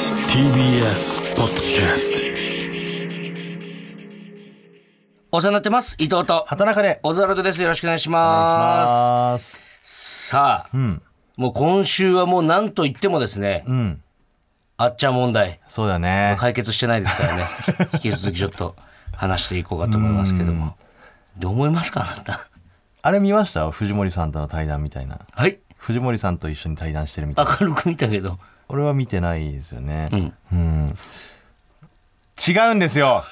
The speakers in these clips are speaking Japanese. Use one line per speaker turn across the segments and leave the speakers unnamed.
TBS ポッドキャス
お世話になってます伊藤と
畑中で
小沢ですよろしくお願いし
お
ま
願いします。
すさあ
うん、
もう今週はもう何と言ってもですね
うん、
あっちゃん問題
そうだね。
解決してないですからね引き続きちょっと話していこうかと思いますけどもどう思いますかあなた
あれ見ました藤森さんとの対談みたいな。
はい
藤森さんと一緒に対談してるみたいな。
明るく見たけど
俺は見てないですよね。うん。違うんですよ。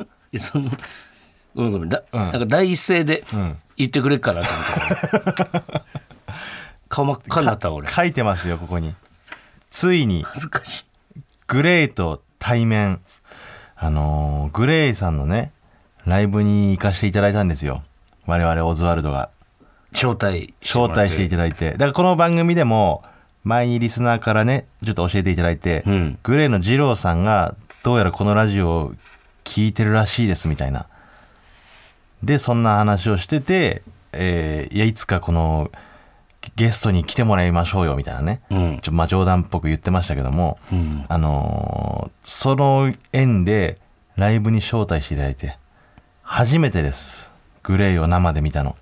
いやそのごめんごめんだ、
ん
なんか第一声で
ん
言ってくれっかなと思った、顔真っ赤になった俺
書いてますよ、ここに。ついに、
恥ずかしい
グレイと対面。あのーグレイさんのね、ライブに行かせていただいたんですよ。我々オズワルドが。
招待
招待していただいてだからこの番組でも前にリスナーからねちょっと教えていただいて、
うん
グレーの二郎さんがどうやらこのラジオを聞いてるらしいですみたいなでそんな話をしてて、えーいやいつかこのゲストに来てもらいましょうよみたいなね、
うん
ちょまあ冗談っぽく言ってましたけども、
うん
あのーその縁でライブに招待していただいて初めてですグレーを生で見たの。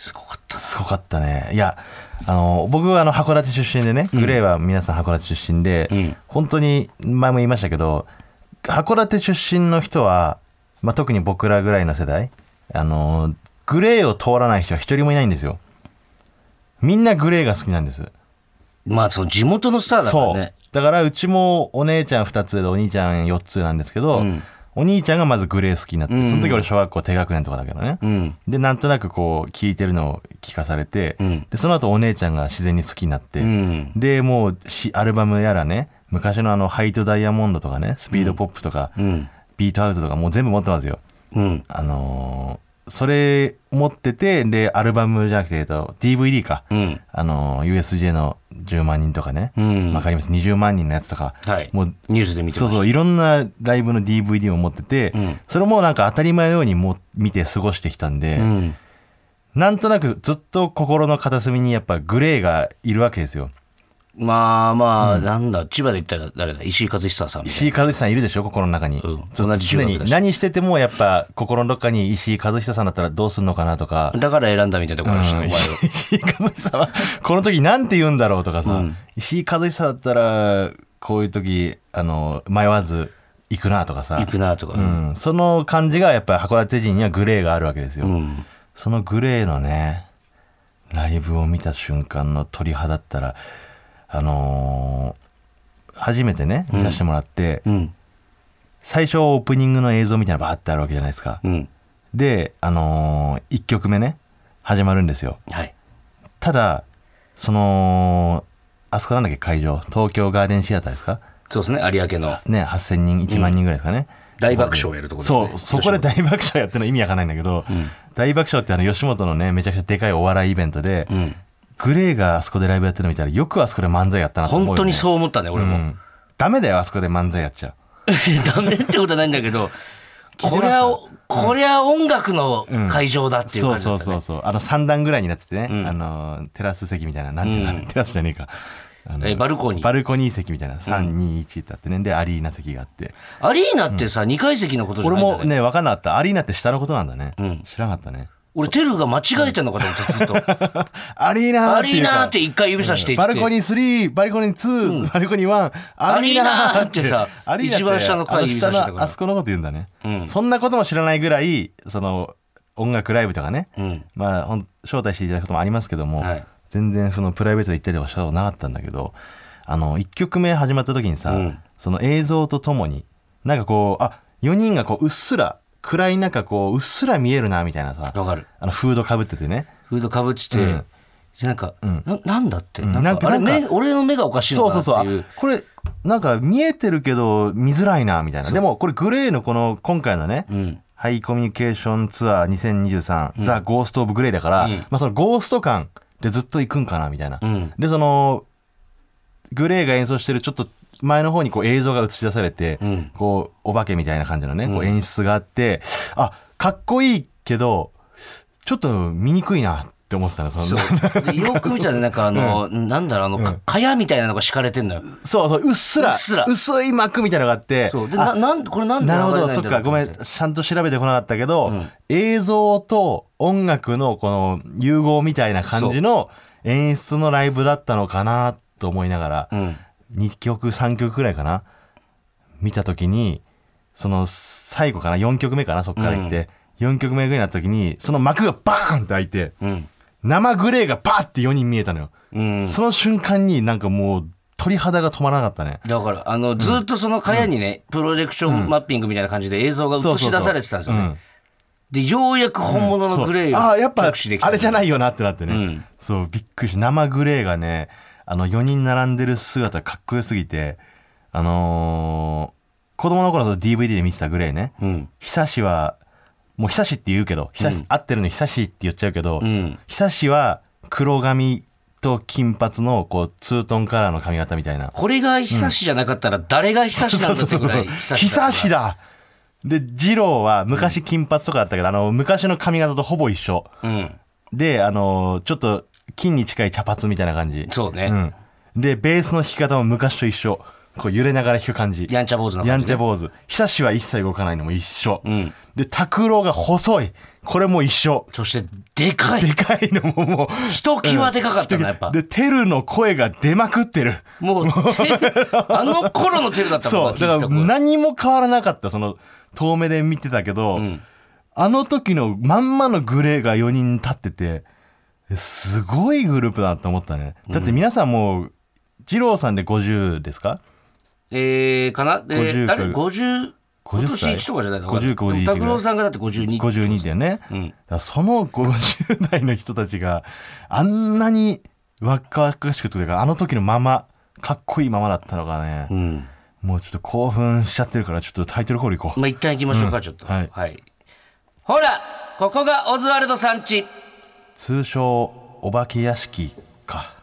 すごかった
すごかったねいやあの僕はあの函館出身でねグレーは皆さん函館出身で、
うん
本当に前も言いましたけど函館出身の人は、まあ、特に僕らぐらいの世代あのグレーを通らない人は一人もいないんですよみんなグレーが好きなんです
まあその地元のスターだから
そう
ね
だからうちもお姉ちゃん2つでお兄ちゃん4つなんですけど、
ん
お兄ちゃんがまずグレー好きになって、
うん
その時俺小学校低学年とかだけどね、
うん
でなんとなくこう聞いてるのを聞かされて、
うん
でその後お姉ちゃんが自然に好きになって、
うん
でもうしアルバムやらね昔のあの「ハイトダイヤモンド」とかねスピードポップとか、
うん
ビートアウトとかもう全部持ってますよ。
うん
あのーそれ持っててでアルバムじゃなくて、えっと、DVD か、
うん
あのー USJ の10万人とかね、
うん
わかります20万人のやつとか、
はい
もう
ニュースで見て
そ
まし
う
た
そういろんなライブの DVD を持ってて、
うん
それもなんか当たり前のようにもう見て過ごしてきたんで、
うん
なんとなくずっと心の片隅にやっぱグレーがいるわけですよ。
まあまあ、なんだ千葉で言ったら誰だ石井和久さんみたい
石井和久さんいるでしょ心の中に、
うん
ずっ
同
と
じ中
常
学
に
だし
何しててもやっぱ心のどっかに石井和久さんだったらどうすんのかなとか
なだから選んだみたいなところの人お前を
石井和久はこの時なんて言うんだろうとかさ、石井和久だったらこういう時あの迷わず行くなとかさ
行くなとか、
うん、その感じがやっぱり函館人にはグレーがあるわけですよ、
うん
そのグレーのねライブを見た瞬間の鳥肌だったらあのー初めてね見させてもらって、
うん
最初オープニングの映像みたいなのバーってあるわけじゃないですか、
うん
であの1曲目ね始まるんですよ
はい
ただそのあそこなんだっけ会場東京ガーデンシアターですか
そうですね有明の
ね8,000人1万人ぐらいですかね、
大爆笑をやるとこですね
そうそこで大爆笑やってるの意味わかんないんだけど、大爆笑ってあの吉本のねめちゃくちゃでかいお笑いイベントで、
うん
グレーがあそこでライブやってるの見たらよくあそこで漫才やったなと思うよ、
本
ね、
当にそう思ったね俺
う
も、
んダメだよあそこで漫才やっちゃう
ダメってことはないんだけどこりゃこりゃ音楽の会場だっていう
そ
感
う
じだ
そ
っ
う
たね、
そうそうあの三段ぐらいになっててね、
ん
あのテラス席みたいななんていうの、あれテラスじゃねえかあの
えバルコニー
バルコニー席みたいな321ってあってねでアリーナ席があって
アリーナってさ、二階席のことじゃ
俺
ないんだね
もね分かんなかったアリーナって下のことなんだね、
ん
知らなかったね
俺テルが間違えてんのかと思って ずっと
アリー
ア
ナーって
リー
いうから
ナーって一回指さして言っ
バ
て
ルコニー3バルコニー2、バルコニー1アリーナー
アリーナー
って
ってさ
アリーナ
一番下の階
あ
指さしてたから
あそこのこと言うんだね、
うん
そんなことも知らないぐらいその音楽ライブとかね、
うん
まあほん招待していただくこともありますけども、
はい
全然そのプライベートで行ったりとかしたことなかったんだけどあの1曲目始まった時にさ、
うん
その映像とともになんかこうあ4人がこううっすら暗い中こううっすら見えるなみたいなさ
わかる
あのフードかぶっててね
フードかぶってて、
うん
なんか、
ん
ななんだって、
ん
なんか
なんか
あれ
なん
目
か
俺の目がおかしい
そ
の
う
か
そ
な
う
って
そうあ
いう
これなんか見えてるけど見づらいなみたいなでもこれグレーのこの今回のね、
うん
ハイコミュニケーションツアー2023、ザ・ゴースト・オブ・グレーだから、
うん
まあ、そのゴースト感でずっと行くんかなみたいな、
うん
でそのグレーが演奏してるちょっと前の方にこう映像が映し出されて、
うん
こうお化けみたいな感じのね、こう演出があってあかっこいいけどちょっと見にくいなっって思ってたのその
そうでよく見たらなんかあの、なんだろうあの、か蚊帳みたいなのが敷かれてんのよ
そうそううっすら
うっすら
薄い膜みたいなのがあって
そうで
あ
ななんこれなんで
なる
流
ほ
れ
ど
ない
そ
ん
っ
だろ
か
う
ごめん
と思って
ちゃんと調べてこなかったけど、映像と音楽のこの融合みたいな感じの演出のライブだったのかなと思いながら、
ん
2曲3曲ぐらいかな見た時にその最後かな4曲目かなそっから行って、4曲目ぐらいになった時にその幕がバーンって開いて、
ん
生グレーがバーって4人見えたのよ、
うん
その瞬間になんかもう鳥肌が止まらなかったね
だからあのずっとその蚊帳にね、プロジェクションマッピングみたいな感じで映像が映し出されてたんですよね
そうそうそううん
でようやく本物のグレー
あ
が
あーやっぱ
直視できた
あれじゃ
い
ないよなってなってね、
ん
そうびっくりした生グレーがねあの4人並んでる姿かっこよすぎてあのー子供の頃その DVD で見てたグレーね、
うん
久しはもう久しって言うけど久し、合ってるのに久しって言っちゃうけど、
うん
久しは黒髪と金髪のこうツートンカラーの髪型みたいな
これが久しじゃなかったら誰が久しなんだってぐらい久し
久し
だ
だで二郎は昔金髪とかだったけど、あの昔の髪型とほぼ一緒
からうん
であのちょっと金に近い茶髪みたいな感じ
そうね、
うん、でベースの弾き方も昔と一緒こう揺れながら弾く感じ
やんちゃ坊主な
や
感
ん
じ
ち
ね
ゃ坊主久しは一切動かないのも一緒、
ん
で拓郎が細いこれも一緒
そしてでかい
でかいのももう
ひときわでかかったなやっぱ
でテルの声が出まくってる
もうてあの頃のテルだったも
そ
ん
うだから
聞いてた頃
何も変わらなかったその遠目で見てたけど、
ん
あの時のまんまのグレーが4人立っててすごいグループだなと思ったねだって皆さんもう二郎さんで50ですか
えー、かなで
50
あれ50今
50
年
歳
1とかじゃないの
50 51
拓郎さんがだって52
52だよね、
うん
だからその50代の人たちがあんなに若々しくというかあの時のままかっこいいままだったのがね、
うん
もうちょっと興奮しちゃってるからちょっとタイトルコール行こう
まあ一旦行きましょうか、ちょっと
はい
ほらここがオズワルドさん家
通称お化け屋敷か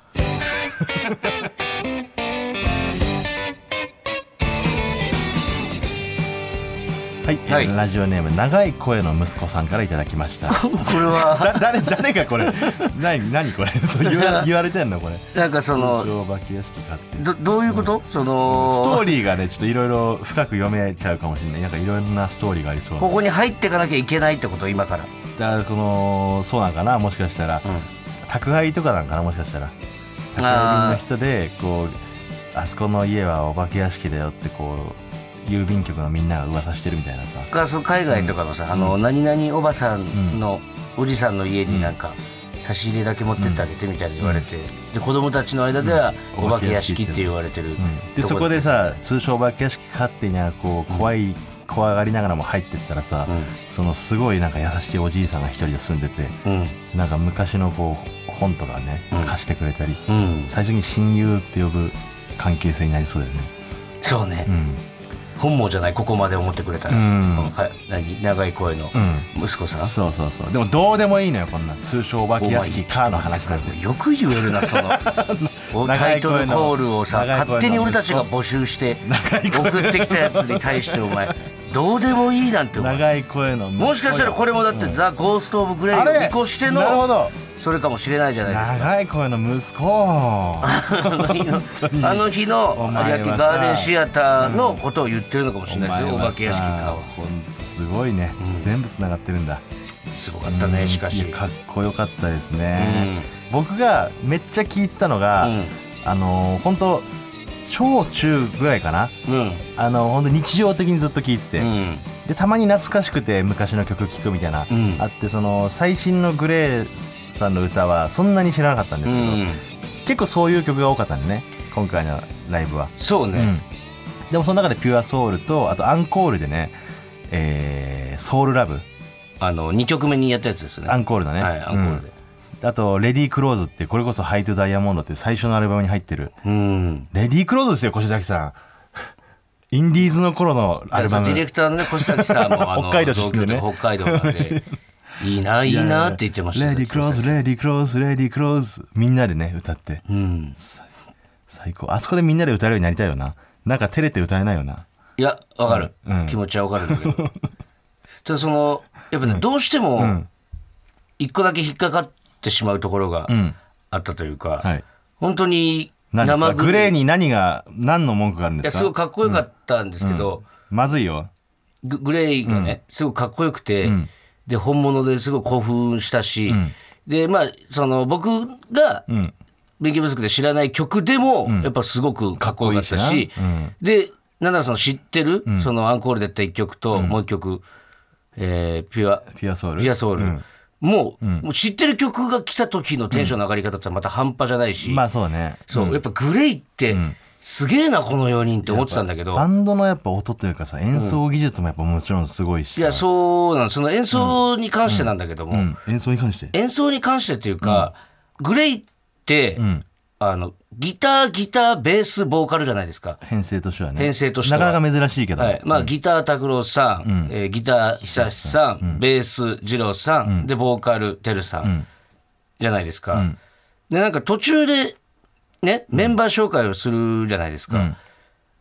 はい、えー
はい
ラジオネーム長い声の息子さんからいただきました
これは
だ誰誰がこれ何何これそう言わ言われてんのこれ
なんかそ
通
の
称お化け屋敷かって
どどういうこと、その
ストーリーがねちょっといろいろ深く読めちゃうかもしれないなんかいろんなストーリーがありそう
ここに入っていかなきゃいけないってこと今から
だからこのそうなんかなもしかしたら、宅配とかなんかなもしかしたら宅配便の人でこうあそこの家はお化け屋敷だよってこう郵便局のみんなが噂してるみたいなさ
がその海外とかのさ、あの何々おばさんの、おじさんの家になんか差し入れだけ持ってってあげてみたいに言われて、で子供たちの間では
うん
お化け屋敷って言われてる、
で
と
そこ
で
でさ通称お化け屋敷かっていながらこう怖い、怖がりながらも入ってったらさ、
うん
そのすごいなんか優しいおじいさんが一人で住んでて
うん
なんか昔のこう本とかね
うん
貸してくれたり、
うん
最初に親友って呼ぶ関係性になりそうだよね
そうね、
うん
本望じゃないここまで思ってくれたら、
うん
このか何長い声の
うん
息子さん、
そうそうそうでもどうでもいいのよこんな通称お化
お
け
前
屋敷かの話なんて
よく言えるなそのお
長
タイ
い
ト
声の
ルコールをさ
長い声の
勝手に俺たちが募集して
長い
送ってきたやつに対してお前どうでもいいなんてお前
長い声の
もしかしたらこれもだって、ザ・ゴースト・オブ・グレイを
あれ
見越して
なるほ
の
ど
それかもしれないじゃないですか
長い声の息子
あの日の
お前は
有
さ
明ガーデンシアターのことを言ってるのかもしれないですよお
はさ
化け屋敷かは
ほんとすごいね、全部つながってるんだ
すごかったねしかし
いやかっこよかったですね、僕がめっちゃ聞いてたのが、
うん
あの本当小中ぐらいかな
うん
あの本当日常的にずっと聞いてて、
うん
でたまに懐かしくて昔の曲聴くみたいな、
うん
あってその最新のグレーさんの歌はそんなに知らなかったんで
う
すけど、
ん
結構そういう曲が多かったんでね今回のライブは、
そう
う
ね
んでもその中で「ピュアソウルとあとアンコールでね「えーソウルラブ
あの2曲目にやったやつですよ」ね
アンコールだね、
はいアンコールで
うんあと「レディー・クローズ」ってこれこそ「ハイト・ダイヤモンド」っていう最初のアルバムに入ってる
うん
レディー・クローズですよ越崎さん インディーズの頃のアルバム
ディレクターのね越崎さんもあの
北海道出身でね
同郷で北海道なんでいいないいなって言ってましたね
レディークローズレディークローズレディークローズみんなでね歌って
うん
最高あそこでみんなで歌えるようになりたいよななんか照れて歌えないよない
や、わかる。
うん
気持ちはわかるんだ けど。ただその、やっぱね、どうしても、一個だけ引っかかっってしまうところが
うん
あったというか、
はい
本当に
何ですか
生
グレー
い
に何が何の文句があるんで
や
す
すごい
か
かっこよかったんですけど、
まずいよ
ググレイがね、すごくかっこよくて、
ん
で本物ですごい興奮したし、
ん
でまあその僕が
うん
勉強不足で知らない曲でも、やっぱすごくかっこよかった
かっこい
し
いしなうん
でなんならその知ってる、そのアンコールでやった1曲と、もう1曲、えーピュア
ピュアソウル
ピュアソウル、もう,、
ん
もう知ってる曲が来た時のテンションの上がり方ってまた半端じゃないし、
まあそうね
そうやっぱグレイって、すげえなこの4人って思ってたんだけど
バンドのやっぱ音というかさ演奏技術もやっぱもちろんすごいし
いやそうなんその演奏に関してなんだけども、
うん演奏に関して
演奏に関してというか、グレイって、
ん
あのギターギターベースボーカルじゃないですか。
編成としてはね
編成としては
なかなか珍しいけど
はいまあ、ギター拓郎さん、えーギター久志さん、ベース二郎さん、でボーカルてるさん、じゃないですか、でなんか途中で、ね、メンバー紹介をするじゃないですか、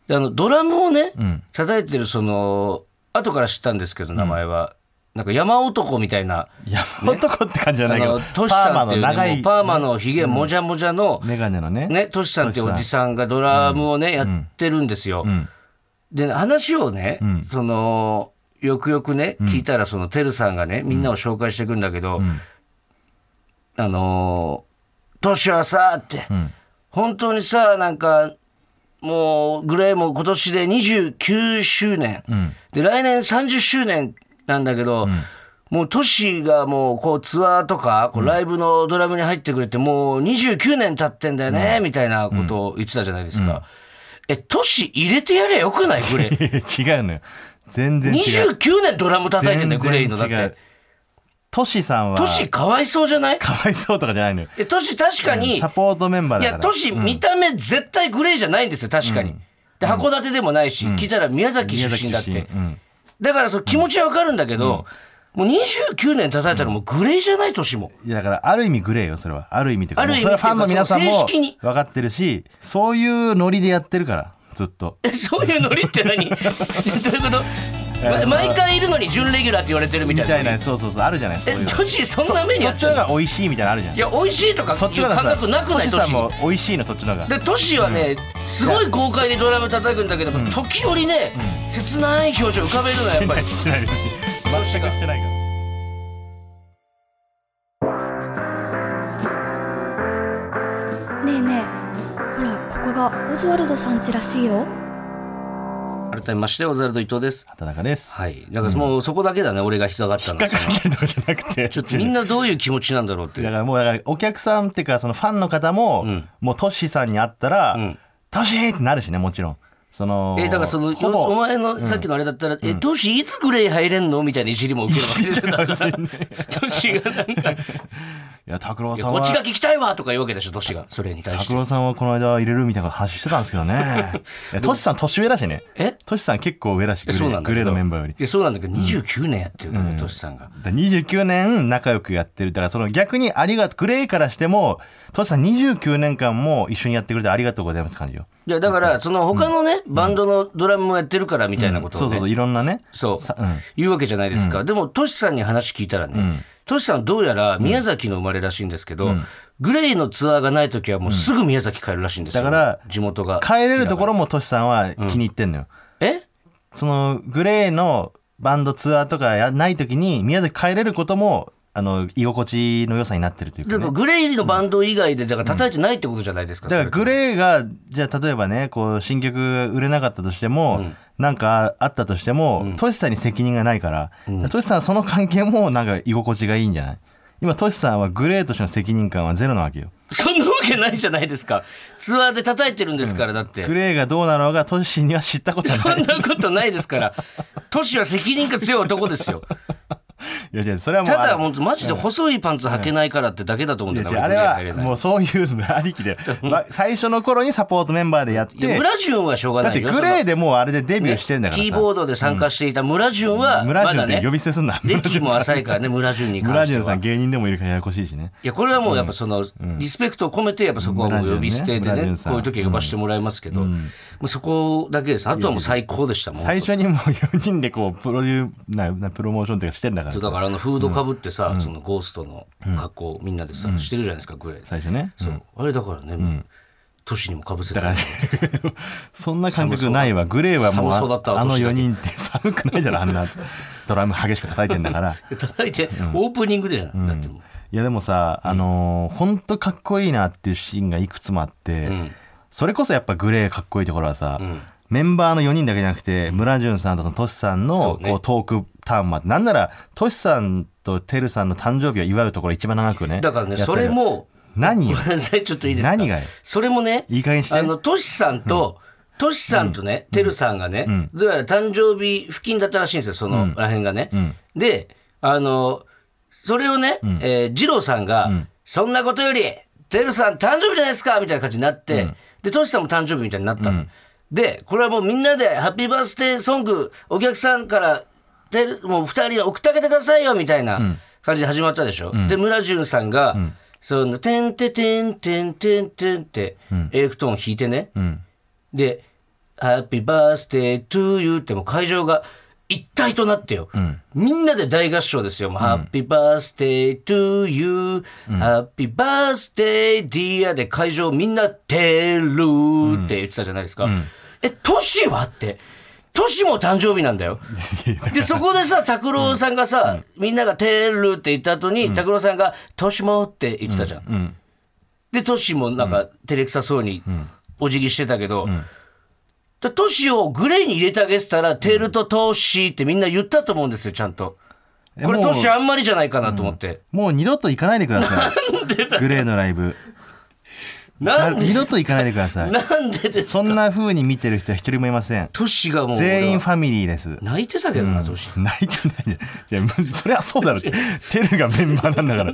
であのドラムをね、叩いてるその後から知ったんですけど名前は、なんか山男みたいな。
山男って感じじゃな
あ
いけど
のトシさんっていう
パー
ね
マの長
もう
い
パーマのひげもじゃもじゃの、
メガネのね
ね、トシさんっていうおじさんがドラムをね、やってるんですよ。
ん
で、話をね、その、よくよくね、聞いたら、その、てるさんがね、みんなを紹介していくんだけど、あのー、トシはさ、って、本当にさ、なんか、もう、グレーも今年で29周年、で、来年30周年なんだけど、もうトシがもうこうツアーとかこうライブのドラムに入ってくれてもう29年経ってんだよねみたいなことを言ってたじゃないですか、えトシ入れてやれよくないグレイ
違うのよ全然違う
29年ドラム叩いてんだよグレイのだっ
全然違
て
うトシさんは
トシかわいそうじゃない
かわいそうとかじゃないのよ
えトシ確かに、
サポートメンバー
い
だ
や、
から
都市、見た目絶対グレーじゃないんですよ、確かに。で、函館でもないし、聞いたら宮崎出身だって。
宮崎出身うん
だから、そう、気持ちはわかるんだけど、もう29年叩いたらもうグレーじゃない年 も。
いやだからある意味グレーよそれはある意味っていうか
ある意味
もうそれはファンの皆さん
っ
も
ていうかその正式に
分かってるしそういうノリでやってるからずっと
えそういうノリって何 どういうことま毎回いるのに準レギュラーって言われてるみた
み
いな。
たいなそうそうそうあるじゃないそう
え
いうの、
都市そんな目に
そ
あ
っ
っ
ち
ちゃ
の
う
方が美味しいみたいなのあるじゃん
いや、美味しいとかいう
そっちの方が
感覚なくない
ト
都
シさん
市。
も美味しいのそっちの方が
で都市はね、すごい豪快にドラム叩くんだけど、時折ね、切ない表情浮かべるのはやっぱり。
してないしてない別に全くしてないから
ねえねえほらここがオズワルドさん家らしいよ
改めまして、オズワルド伊藤です。
畑中です
はい。だからもうそこだけだね、俺が引っかかったの。
引っかかってるとかじゃなくて
ちょっとみんなどういう気持ちなんだろうってい
だ
う。
からもうだからお客さんっていうかそのファンの方も、
ん
もうトシさんに会ったら、
ん
トシーってなるしねもちろんその
えだからその
ほぼ
お前のさっきのあれだったら「えどうしいつグレイ入れんの?」みたいないじりも受け るわけでしょだからトシがなんかい
いや拓郎
や
さん
こ
は
っちが聞きたいわ」とか言うわけでしょトシがそれに対し
拓
て
郎さんはこの間入れるみたいな話してたんですけ どねいやトシさん年上だしね
え
トシさん結構上だしグ
え
レ
そう
ー
なんだ
グレーのメンバーより
いやそうなんだけど29年やってるからねトシさんが
だから29年仲良くやってるだからその逆にありがとうグレーからしてもトシさん29年間も一緒にやってくれてありがとうございますって感じよ
いやだからその他のねバンドのドラムもやってるからみたいなこと
そ
を
うそうそう
ね
いろんなね
そう
さうん
言うわけじゃないですか。でも、トシさんに話聞いたらね、トシさんどうやら宮崎の生まれらしいんですけど、グレイのツアーがない時はもうすぐ宮崎帰るらしいんですよ。
だから
地元が。
帰れるとこ
ろ
ろもトシさんは気に入ってんのよ、
え
そのグレーのバンドツアーとかやない時に宮崎帰れることもあの居心地の良さになってるというか、
だ
ね、
から
だか
グレイのバンド以外で、だから叩いてないってことじゃないですか。
らグ
イ。
レーがじゃあ例えばねこう新曲が売れなかったとしても、なんかあったとしてもトシさんに責任がないからトシさんはその関係もなんか居心地がいいんじゃない今トシさんはグレーとしての責任感はゼロなわけよ
そんなわけないじゃないですか。ツアーで叩いてるんですから、だって
グ。レーがどうなろうがトシには知ったことは
そ
ない
んなことないですから。トシは責任が強い男です よ。
いやいやそれはもう
ただ、
あの
本当マジで細いパンツ履けないからってだけだと思うん
い
だ
や
よ
い
な
やあれはもうそういうのあり きでわ最初の頃にサポートメンバーでやっ
いや
て
村淳はしょうが
だっ
な
て
いよ。
グレーでもうあれでデビューしてんだからさ、
キーボードで参加していた村淳は、
村
ま
淳
だ
って
ね
呼、び捨てすんな、
歴も浅いからね、村淳に
村
関して
淳さ
は。
ん
い
芸人でもいるからややこしいしね
や、これはもうやっぱその、リスペクトを込めて、やっぱそこはもう呼び捨てで
村
ね
淳、さん
こういう時は呼ばせてもらいますけど、もうそこだけです。あとはもう最高でしたもん。
最初にもう4人でこうプロデューななプロモーションっていうかしてんだから
だかからあのフードかぶってさ、そのゴーストの格好みんなでさ、してるじゃないですかグレー
最初ね
そう、あれだからね、都市にもかぶせて
だから そんな感覚ないわグレーはもう
寒そうだった
あ
わ
あの
年だけ
4人って 寒くないだろあんなドラム激しく叩いてんだから
叩いてオープニングでじゃない、だってもう
いやでもさあのー、ほんとかっこいいなっていうシーンがいくつもあって、
ん
それこそやっぱグレーかっこいいところはさ、メンバーの4人だけじゃなくて村淳さんとそのトシさん
そ
の
うね
こうトークターンもあってなんならトシさんとてるさんの誕生日を祝うところ一番長くね
だからね
やった
それも
何
ご
よ
めんなさいちょっといいですか
何がよ
それもね
いい加減にして
あのトシさんと、トシさんとね、てるさんがね、どうやら誕生日付近だったらしいんですよ、そのらへんがね。で、あの、それをね、えー二郎さんが、そんなことより、てるさん誕生日じゃないですかみたいな感じになって、で、トシさんも誕生日みたいになったの。で、これはもうみんなでハッピーバースデーソング、お客さんから、てるもう二人に送ってあげてくださいよみたいな感じで始まったでしょ。で、村淳さんが、その、てんててんてんてんてんって、エレクトーン弾いてね。で、ハッピーバースデートゥーユーってもう会場が一体となってよ。みんなで大合唱ですよ。もうハッピーバースデートゥーユー、ハッピーバースデーディアで会場みんなてるーって言ってたじゃないですか。え、トシはって。トシも誕生日なんだよ。で、そこでさ、拓郎さんがさ、みんながてるって言った後に、拓郎さんが、トシもって言ってたじゃん。で、トシもなんか、照れくさそうに、お辞儀してたけど、だトシをグレーに入れてあげてたら、テールとトシってみんな言ったと思うんですよ、ちゃんと。これ
も
ト
う
シあんまりじゃないかなと思って。
もう二度と行かないでくださいグレーのライブ
な
あ
んで
二、度と行かないでください
なんでです
そ
か
んな風に見てる人は一人もいません
トシがもう、
全員
俺
フ
は
ァミリーです
泣いてたけどな、トシ。
泣いてないじゃんいやむそりゃそうだろってテルがメンバーなんだから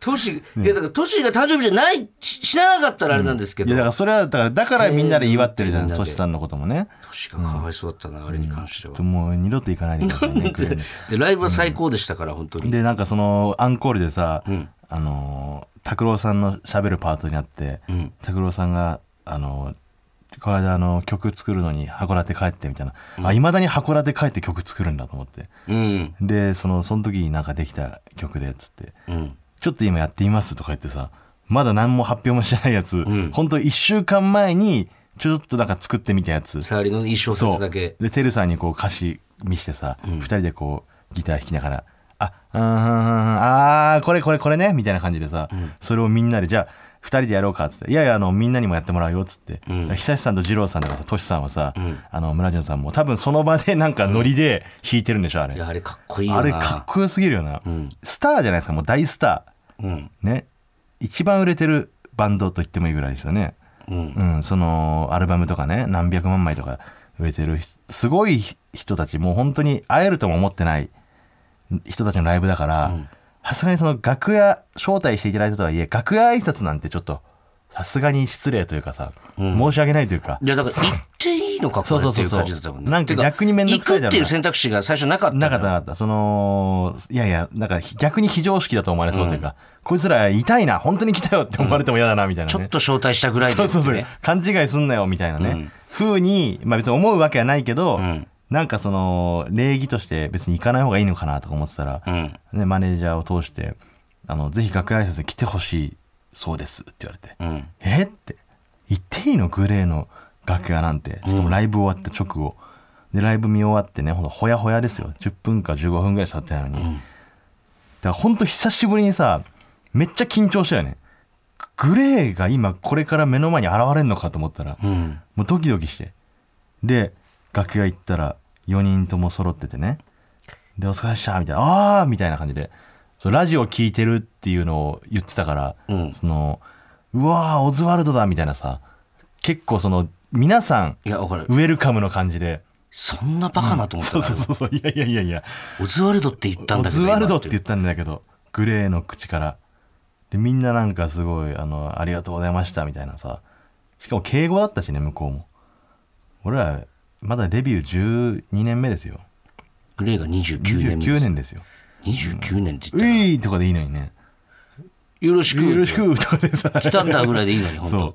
トシ、いやだからトシが誕生日じゃない、し知らなかったらあれなんですけ
い
ど、
やだからそれはだからだからみんなで祝ってるじゃ
みん
ん
なで
トシさんのこともね
トシがかわいそうだったな、あれに関しては。
もう二度と行かないでくださいねグレーに
で、ライブは最高でしたから、本当に。
でなんかそのアンコールでさ、あのー拓郎さんのしゃべるパートにあって拓郎、さんがあのーこの間あの曲作るのに函館帰ってみたいな、あいまだに函館帰って曲作るんだと思って
うん。
でそのその時になんかできた曲でっつって
うん。
ちょっと今やってみますとか言ってさ、まだ何も発表もしてないやつ、
ん
ほんと1週間前に、ちょっとなんか作ってみたやつ。
サーリの一小
そ
節
う。
だけ。
で、てるさんにこう歌詞見してさ、二、人でこうギター弾きながら、あ、うんうんうんうん、あー、これこれこれね、みたいな感じでさ、それをみんなで、じゃあ、二人でやろうかっつって、いやいや、あの、みんなにもやってもらうよっつって、だから久志さんと二郎さんとかさ、としさんはさ、あの、村淳さんも、多分その場でなんかノリで弾いてるんでしょ、あれ。
いや、あれかっこいいよな。
あれかっこよすぎるよな、スターじゃないですかもう大スター、
うん
ね一番売れてるバンドと言ってもいいぐらいですよね
うん。
うんそのアルバムとかね何百万枚とか売れてるひすごい人たちもう本当に会えるとも思ってない人たちのライブだからさすがにその楽屋招待していただいたとはいえ楽屋挨拶なんてちょっとさすがに失礼というかさ、申し訳ないというか
いやだから行っていいのかこ
そう
れ
そう
って
そ
いうう
そう
感じだったもんね。
なんか
て
逆に面倒くさい
行
だろうな
くっていう選択肢が最初なかったの
な
よ。
かったなかった。その、いやいや、なんか逆に非常識だと思われそうというか、こいつら痛いな、本当に来たよって思われても嫌だな、みたいな、ね
ちょっと招待したぐらいで、
そ
ね。
うそうそう。勘違いすんなよ、みたいなね。ふうに、まあ別に思うわけはないけど、
ん
なんかその、礼儀として別に行かない方がいいのかなとか思ってたら、
ん
ね、マネージャーを通して、あの、ぜひ楽屋挨拶に来てほしいそうですって言われて、
ん
えって、行っていいのグレーの楽屋なんて。しかもライブ終わった直後。で、ライブ見終わってね、ほんとほやほやですよ。10分か15分ぐらいしか経ってないのに。だからほんと久しぶりにさ、めっちゃ緊張したよね。グレーが今これから目の前に現れるのかと思ったら、
うん。
もうドキドキしてで楽屋行ったら4人とも揃っててねで「お疲れっした」みたいな「ああ」みたいな感じでそうラジオ聞いてるっていうのを言ってたから、
ん
そのうわーオズワルドだみたいなさ結構その皆さん
いや、わかる
ウ。ェルカムの感じで
そんなバカなと思った
そ
な
うそうそうそういやいやいやいや
オズワルドって言ったん
オ
だけ
ズ
ど。
ワルドって
今
言ったんだけどグレーの口からでみんななんかすごいあの「ありがとうございました」みたいなさしかも敬語だったしね向こうも俺らまだデビュー12年目ですよ
グレーが29年目で
29
す。
年ですよ
29年って言った
「
ら、
うい!」とかでいいのにね
よろし
「
く。
よろしく」とかで さ
来たんだぐらいでいいのに、本
そ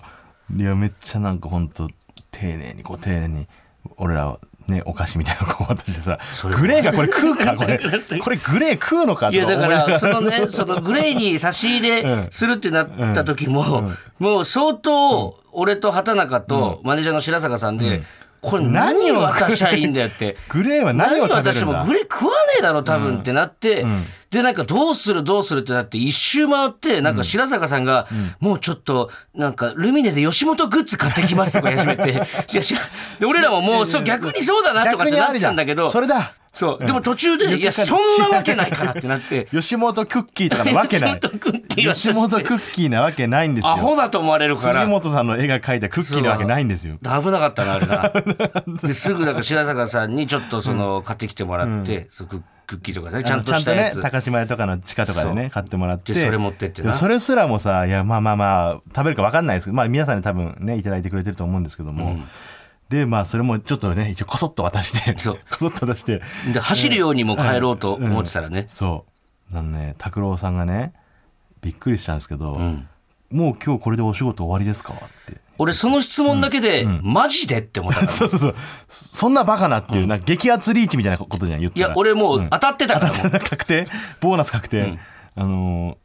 ういやめっちゃなんかほんと丁寧にこう丁寧に俺らをね、お菓子みたいなのこう渡してさ
それは
グレーがこれ食うか これこれグレー食うのか
いやだか
と思いなが
らそのねそのグレーに差し入れするってなった時も、もう相当俺と畑中とマネージャーの白坂さんで、これ何を渡しゃいいんだよって。
グレーは何
何
を
を
食べ
渡
る
して
ん
も
だ
グレー食わねえだろ多分ってなって、でなんかどうするどうするってなって一周回ってなんか白坂さんが、もうちょっとなんかルミネで吉本グッズ買ってきますとか言い始 めていやしで俺らももうそう逆にそうだなとかってなってたんだけど
それだ
そうでも途中で、いやそんなわけないからってな って
吉本クッキーとかなわけない
吉本クッキーは
吉本クッキーなわけないんですよ
アホだと思われるか
辻
ら。
本さんの絵が描いたクッキーなわけないんですよ
危なかったなあれ なですぐなんか白坂さんにちょっとその買ってきてもらって、そうクックッキーとかねちゃんとしたや
あ
つ
のちゃんとね高島屋とかの地下とかでね買ってもらって
でそれ持ってってな
でもそれすらもさいやまあまあまあ食べるか分かんないですけど、まあ、皆さんに多分ねいただいてくれてると思うんですけども、でまあそれもちょっとね一応こそっと渡して
そう
こそっと渡して
で走るようにも帰ろうと思ってたらね、
そうあのね拓郎さんがねびっくりしたんですけど、
ん
もう今日これでお仕事終わりですかって
俺その質問だけで、マジでって思ったから
そうそうそうそそんなバカなっていう、なんか激アツリーチみたいなことじゃん言っ
い
たら
や俺もう当たってたから、もう
確定ボーナス確定、あの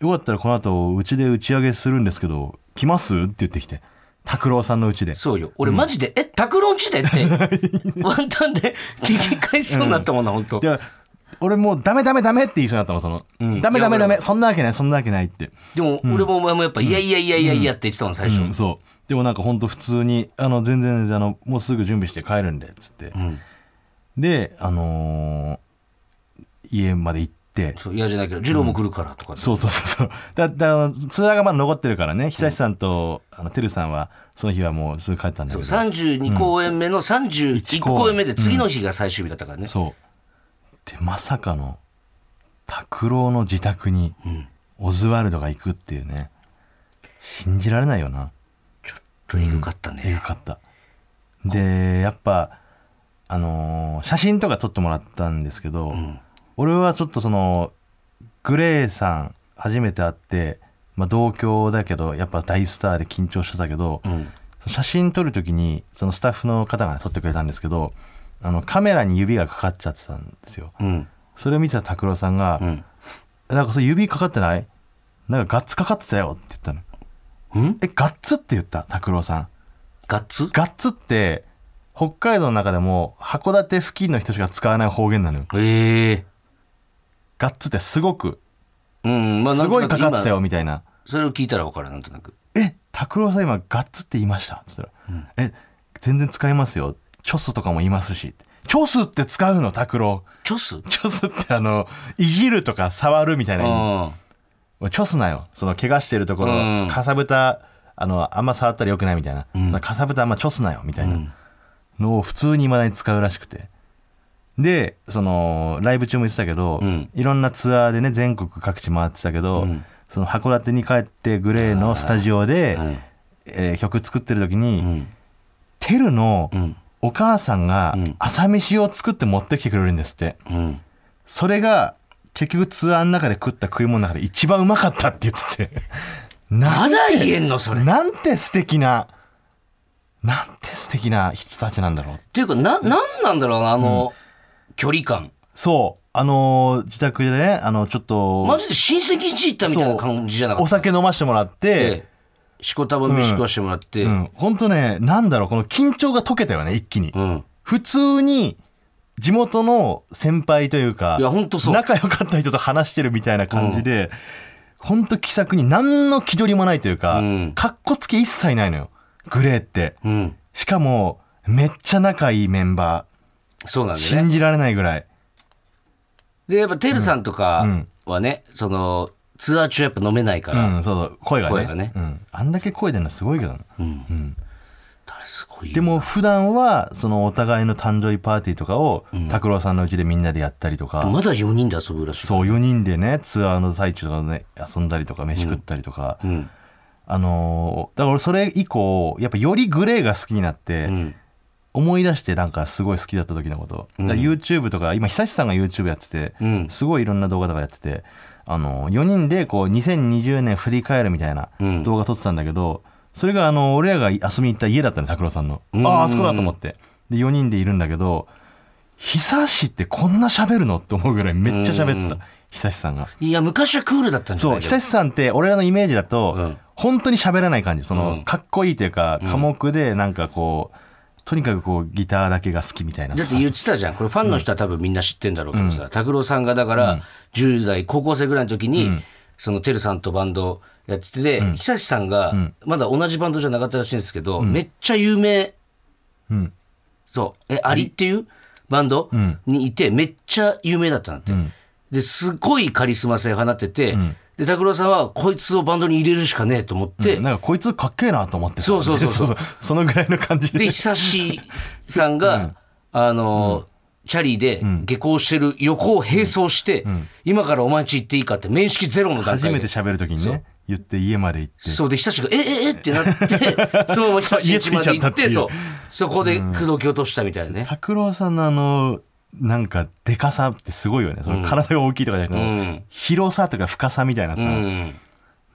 ーよかったらこの後うちで打ち上げするんですけど来ますって言ってきて拓郎さんのうちで
そうよ俺マジで、え拓郎んちでって ワンタンで聞き返しそうになったもんな本当、
で俺もうダメダメダメって言いそうになったのその、
ん
ダメダメ
いや
ダ
俺
メそんなわけないそんなわけないって、
でも俺もお前もやっぱ、いやいやいやいやいやって言ってたもん最初、
うんそうでもなんかほんと普通にあの全然全然あのもうすぐ準備して帰るんでっつって、
ん
であのー家まで行って
そう嫌じゃないけど二郎も来るからとか、
そうそうそうそう。だだツアーがまだ残ってるからね、久志さんと、あのてるさんはその日はもうすぐ帰ったんだけど。そう。
32公演目の31公演目で次の日が最終日だったからね、
でまさかの拓郎の自宅にオズワルドが行くっていうね、信じられないよな。
ちょっとエグかった
えぐ
ね、
かった。でやっぱあのー写真とか撮ってもらったんですけど、俺はちょっとそのグレーさん初めて会って、まあ、同郷だけどやっぱ大スターで緊張してたけど、
うん
その写真撮る時にそのスタッフの方が、ね、撮ってくれたんですけどあのカメラに指がかかっちゃってたんですよ。
うん
それを見てた拓郎さんが「
うん
なんかそれ指かかってないなんかガッツかかってたよ」って言ったの。
うん
えガッツって言った拓郎さん。
ガッツ
ガッツって北海道の中でも函館付近の人しか使わない方言なのよ
ええ
ガッツってすごく
うんまあ、
すごいかかって
な
た
んとなく
よみたいな
今それを聞いたら分かるなんとなく
「え拓郎さん今ガッツって言いました」っつったら「え全然使いますよチョスとかも言いますし」チョスって使うの拓郎
チョス
チョスってあのいじるとか触るみたいな意味
あ
おいチョスなよその怪我してるところ、
うん
かさぶたあのあんま触ったらよくないみたいな、そのかさぶたあんまチョスなよみたいなのを普通にいまだに使うらしくてでそのライブ中も言ってたけど、
ん
いろんなツアーでね全国各地回ってたけど、その函館に帰ってグレーのスタジオで、
はい
えー曲作ってる時に、
あうん
テルの
うん
お母さんが
うん
朝飯を作って持ってきてくれるんですって。
うん
それが結局ツアーの中で食った食い物の中で一番うまかったって言って てな
ま
ん
だ言えんのそれっ
なんて素敵ななんて素敵な人たちなんだろう
ていうかななんなんだろうなあの、距離感
そうあのー自宅でねあのちょっ
マ
と
ジで親戚んち行ったみたいな感じじゃなか
お
った
酒飲ましてもらって、
しこたま飯食わしてもらって、
うん、ほんとねなんだろうこの緊張が解けたよね一気に、
うん
普通に地元の先輩というか
いやほんとそう
仲良かった人と話してるみたいな感じで、ほんと気さくに何の気取りもないというか、
うん
かっこつけ一切ないのよグレーって
うん、
しかもめっちゃ仲いいメンバ
そうなん
ー
だよね
信じられないぐらい
でやっぱてるさんとかはね、そのツアー中やっぱ飲めないか
う
ら、
んそうそう声がね
声がね
うん、あんだけ声出るのすごいけどな
あれすごいよ
でも普段はそのお互いの誕生日パーティーとかを拓郎さんのうちでみんなでやったりとか、
まだ4人で遊ぶらしい
そう4人でねツアーの最中とかね遊んだりとか飯食ったりとか、
ん
あのーだから俺それ以降やっぱよりグレーが好きになって、
ん
思い出してなんかすごい好きだった時のこと、だから YouTube とか今久志さんが YouTube やってて、
うん
すごいいろんな動画とかやってて、あのー4人でこう2020年振り返るみたいな
うん
動画撮ってたんだけど、それがあの俺らが遊びに行った家だったの拓郎さんの、あああそこだと思ってで4人でいるんだけど久しってこんな喋るのって思うぐらいめっちゃ喋ってた久しさんが
いや、昔はクールだったんじゃ
そ
な
う
い
久しさんって俺らのイメージだと、
うん
本当に喋らない感じそうの
ん
かっこいいというか寡黙でなんかこうとにかくこうギターだけが好きみたいな
だって言ってたじゃん。これファンの人は多分みんな知ってんだろうけどさ、拓郎さんがだから、10代、高校生ぐらいの時に、そのてるさんとバンドやってて、久志さんが、まだ同じバンドじゃなかったらしいんですけど、めっちゃ有名、
ん
そう、え、アリっていうバンドにいて、めっちゃ有名だったんだって。で、すごいカリスマ性放ってて、で、拓郎さんは、こいつをバンドに入れるしかねえと思って、
なんかこいつかっけえなと思って
そうそうそうそう
でそのぐらいの感じ
で、
で
久志さんが、あの、チャリで下校してる横を並走して、今からお前んち行っていいかって面識ゼロの段
初
階で。
めて喋る時にね言って家まで行って
そうで、久志が、え、え、えってな って、そのまま久志んちまで行って、
家着いちゃ
そ
っ
う
たって。
そこで口説き落としたみたいなね。
拓郎さんのあのなんかでかさってすごいよねその体が大きいとかじゃなくて、
うん
広さとか深さみたいなさ、
うん。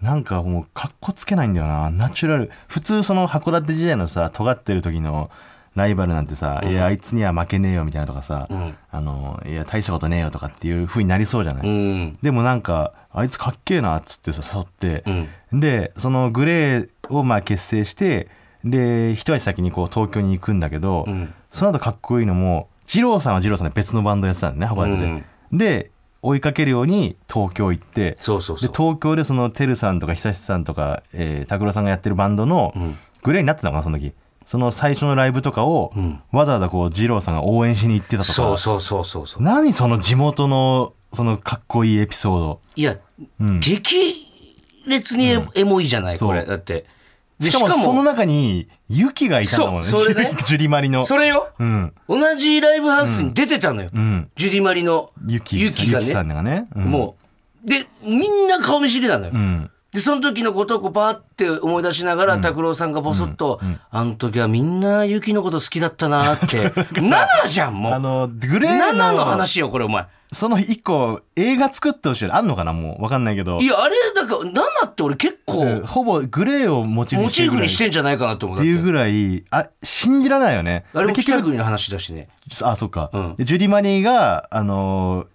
なんかもうかっこつけないんだよなナチュラル普通その函館時代のさ尖ってる時のライバルなんてさ「いやあいつには負けねえよ」みたいなとかさ「あのいや大したことねえよ」とかっていう風になりそうじゃない、
うん。
でもなんかあいつかっけえなっつってさ誘って、
うん。
でそのグレーをまあ結成してで一足先にこう東京に行くんだけど、
うん
その後かっこいいのも二郎さんは二郎さんで別のバンドやってたんだよね函館で、で追いかけるように東京行って
そうそうそう
で。東京でそのてるさんとか久志さんとか拓郎、えー拓郎さんがやってるバンドの
ん
グレーになってたのかなその時その最初のライブとかを、
ん
わざわざこう二郎さんが応援しに行ってたとか
そうそうそうそうそう。
何その地元のそのかっこいいエピソード
いや、
ん
激烈にエエモいじゃない、
そう
これ。だって。で
しかもその中にユキがいたんだもんね
そうそれね
ジュリマリの
それよ。
うん
同じライブハウスに出てたのよ。
うん
ジュディマリの
ユキユキ
が
さん
ね、
がね、うん、
もう。で、みんな顔見知りなのよ。
うん
で、その時のことをこうパーって思い出しながら、拓郎さんがぼそっと、あの時はみんなユキのこと好きだったな って。7じゃん、も
あ
う。
のグレー
7
の
の話よ、これ、お前。
その一個映画作ってほしいのあんのかなもうわかんないけど
いや、あれ、だから、7って俺結
うん
構、
ほぼグレーをモチーフ
モ
にして
チー
るぐ
フ
らい
にしてんじゃないかなと思う。
っ
だ
て
っ
いう
て
ぐらいあ信じられないよね
あれも
で
北国の話だしね。
あそうか、
うん
でジュリマニーがあのー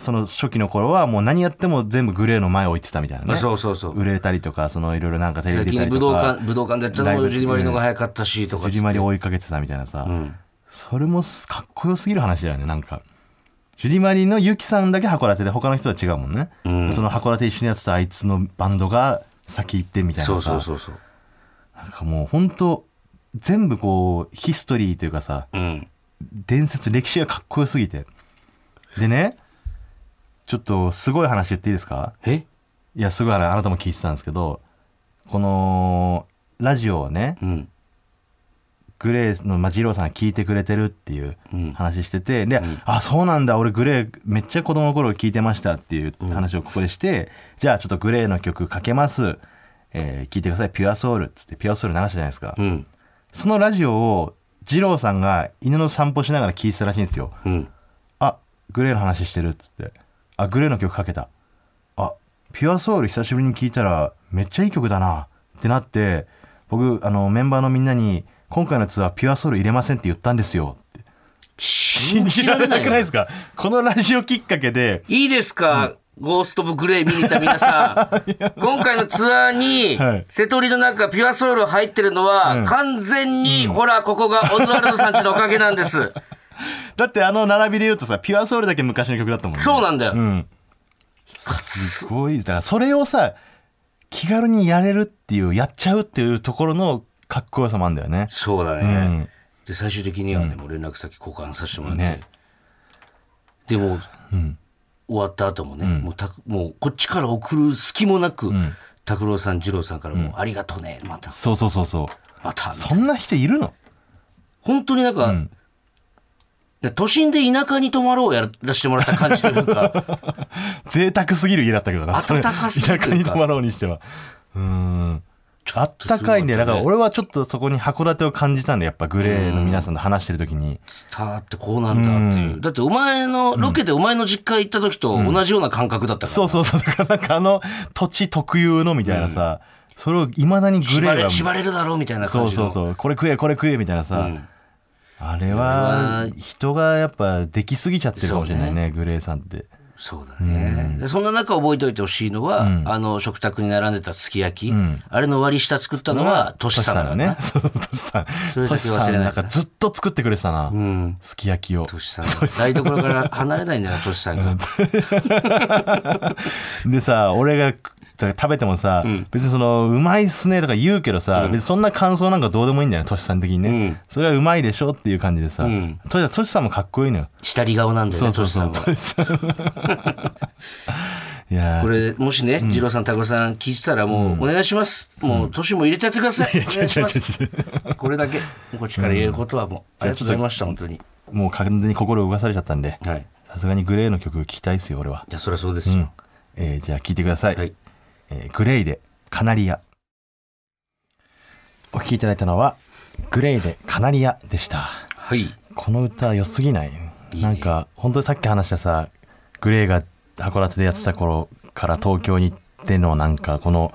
その初期の頃はもう何やっても全部グレーの前置いてたみたいなね
そうそうそう
売れたりとかそのいろいろなんかテレ
先
ビ出た
に
り
武
と
道
か
館、武道館でやったのもジュディマリの方が早かったし、とか
ジ
っつって。
ュリマニーを追いかけてたみたいなさ、
うん
それもかっこよすぎる話だよねなんかジュリマニーのユキさんだけ函館で他の人は違うもんね、
ん
その函館一緒にやってたあいつのバンドが先行ってみたいな
そう
さ
そうそうそう。
なんかもう本当全部こうヒストリーというかさ
うん。
伝説歴史がかっこよすぎてでねちょっとすごい話言っていいですか
え
いやすごい話あなたも聞いてたんですけどこのラジオをね
うん。
グレーの、まあ、二郎さんが聞いてくれてるっていう
うん
話してて、で、あそうなんだ俺グレーめっちゃ子供の頃聞いてましたっていう話をここでして、じゃあちょっとグレーの曲かけます、えー聞いてください「ピュアソウル」っつって「ピュアソウル」流したじゃないですか、
うん。
そのラジオを二郎さんが犬の散歩しながら聞いてたらしいんですよ、
うん。
あグレーの話してるっつってあグレーの曲かけたあピュアソウル久しぶりに聞いたらめっちゃいい曲だなってなって僕あのメンバーのみんなに今回のツアーピュアソウル入れませんって言ったんですよって
信じられない
信じ
よ。
すかこのラジオきっかけで
いいですか、ゴースト・オブ・グレイ見に行った皆さ ん。今回のツアーに、
はい
瀬戸りの中、ピュアソウル入ってるのは、完全に、ほら、ここがオズワルドさんちのおかげなんです。
だってあの並びで言うとさピュアソウルだけ昔の曲だったもんね
そうなんだよ。
うんすごいだからそれをさ気軽にやれるっていうやっちゃうっていうところのかっこよさもあるんだよね
そうだね。
うん
で、最終的には、でも連絡先交換させてもらって。
ね
でも、終わった後もね、もうたもうこっちから送る隙もなく、拓郎さん、二郎さんからもう、ありがとうね、また、
そうそうそうそう
また、みたいな
そんな人いるの
本当になんか、で都心で田舎に泊まろうやらせてもらった感じという か、
贅沢すぎる家だったけどなそれ
暖かすぎる
田舎に泊まろうにしてはうんあったかいんだよだから俺はちょっとそこに函館を感じたんでやっぱグレーの皆さんと話してる時に
スターってこうなんだっていう。だってお前の、ロケでお前の実家行った時と同じような感覚だったから。
そうそうそうだからなんかあの土地特有のみたいなさ、それをいまだにグレ
縛
ーが
れ縛れるだろうみたいな
そ
感
う
じ
そ
の。
うそうこれ食えこれ食えみたいなさ、
ん
あれは
あれは
人がやっぱできすぎちゃってるかもしれないねグレーさんって
そうだね。でそんな中覚えておいてほしいのは、あの、食卓に並んでたすき焼き。
ん
あれの割り下作ったのは、トシさんだから
ね
ね。
そうそうトシさん
それ
ト
だ
シ
け
さ
忘
ん
れない
なんかずっと作ってくれてたな、
うん。
すき焼きを
トシさん。台所から離れないんだよ、トシさんが。
でさ俺が食べてもさ、別にそのうまいっすねとか言うけどさ、別にそんな感想なんかどうでもいいんだよねトシさん的にね、
うん
それはうまいでしょっていう感じでさ、
ん
トシトシさんもかっこいいのよ
下り顔なんだよね、トシさんは。
トシさん いやー
これ、もしね、二郎さん、田子さん聞いてたら、もう、お願いします。もう、年も入れてやってください。お願いします。これだけ、こっちから言えることはもう、ありがとうございました、本当に。
もう完全に心動かされちゃったんで
はい。
さすがにグレーの曲聴きたいっすよ俺は、
じゃあ、そりゃそうで
う
す
ん
よ。
えーじゃあ聴いてください、
はい。
えーグレイでカナリアお聴きいただいたのはグレイでカナリアでした
はい。
この歌良すぎないなんか本当にさっき話したさグレーが函館でやってた頃から東京に行ってのなんかこの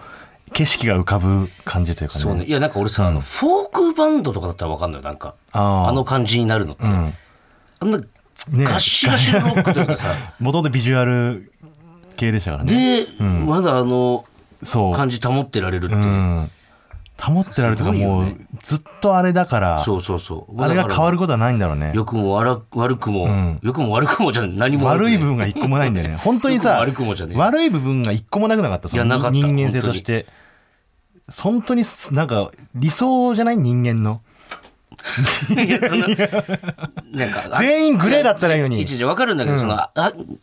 景色が浮かぶ感じというかね
そうね。いや、なんか俺さ、あの、フォークバンドとかだったらわかんないよ、なんか。
あー
あの感じになるのって。
ん
あんな、
ね
ガッシガシのロックという かさ、
もともとビジュアル系でしたからね
で、まだあの、
そう
感じ保ってられるっていうう。
ん保ってられるとか
すごいよ
もう
ね
ずっとあれだから
そうそうそう。
あれが変わ
る。
ることはないんだろうね
良くも悪く悪くも
ん、
良くも悪くもじゃ何も
悪い
く
部
な
分が一個もないんだよね本当にさ
良くも悪くもじゃねえ
悪い部分が一個もなくなかったその
いやなかった
人間性として本当になんか理想じゃない人間の
いやそんななんか、あ
全員グレーだったらいいのに
一時わかるんだけど、その、あ、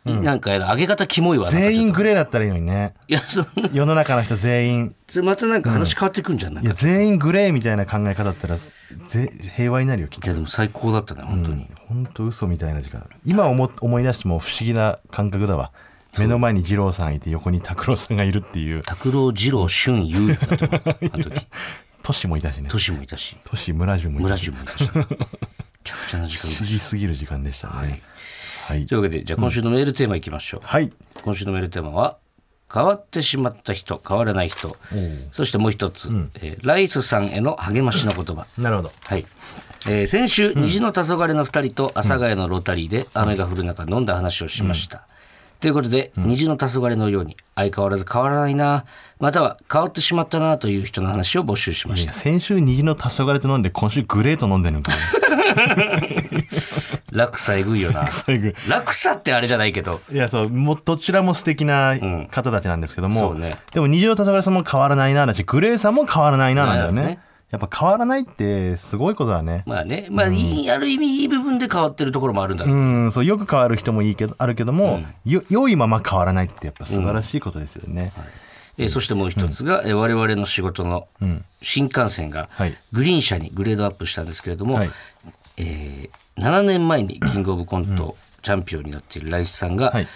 なんか、上げ方キモいわ。なんかちょっと
全員グレーだったらいいのにね
いや、そんな
世の中の人全員
そ れまたなんか話変わってくんじゃんない
いや全員グレーみたいな考え方だったらぜ平和になるよきっ
い
と
や、でも最高だったね、本当に。
本当嘘みたいな時間今思思い出しても不思議な感覚だわ目の前に二郎さんいて横に拓郎さんがいるっていう
拓郎、二郎、俊、優だと思う。あの時、
都市もいたしね
都市もいたし、
都市村中もいた
村中もいたし、めちゃくちゃな時間
不
で
思議すぎる時間でしたねはい
というわけで、じゃあ今週のメールテーマいきましょう。
はい
今週のメールテーマは、変わってしまった人、変わらない人。そしてもう一つ、えーライスさんへの励ましの言葉。
なるほど
はい。えー先週、虹の黄昏の2人と阿佐ヶ谷のロータリーで雨が降る中飲んだ話をしました。ということで、虹の黄昏のように相変わらず変わらないな、または変わってしまったなという人の話を募集しました。
先週虹の黄昏と飲んで今週グレーと飲んでる のか
落差えぐいよな。
最後
落差ってあれじゃないけど、
いやそうもうどちらも素敵な方たちなんですけども、
うんそうね
でも虹の黄昏さんも変わらないなだしグレーさんも変わらないななんだよね
なるほどね
やっぱ変わらないってすごいことだね
まあね、まあ、いいある意味いい部分で変わってるところもあるんだろう
うんそうよく変わる人もいいけどあるけども、よ良いまま変わらないってやっぱ素晴らしいことですよね、
えーそしてもう一つが、えー我々の仕事の新幹線が
はい
グリーン車にグレードアップしたんですけれども、
はい
えー7年前にキングオブコントチャンピオンになっているライスさんが、
はい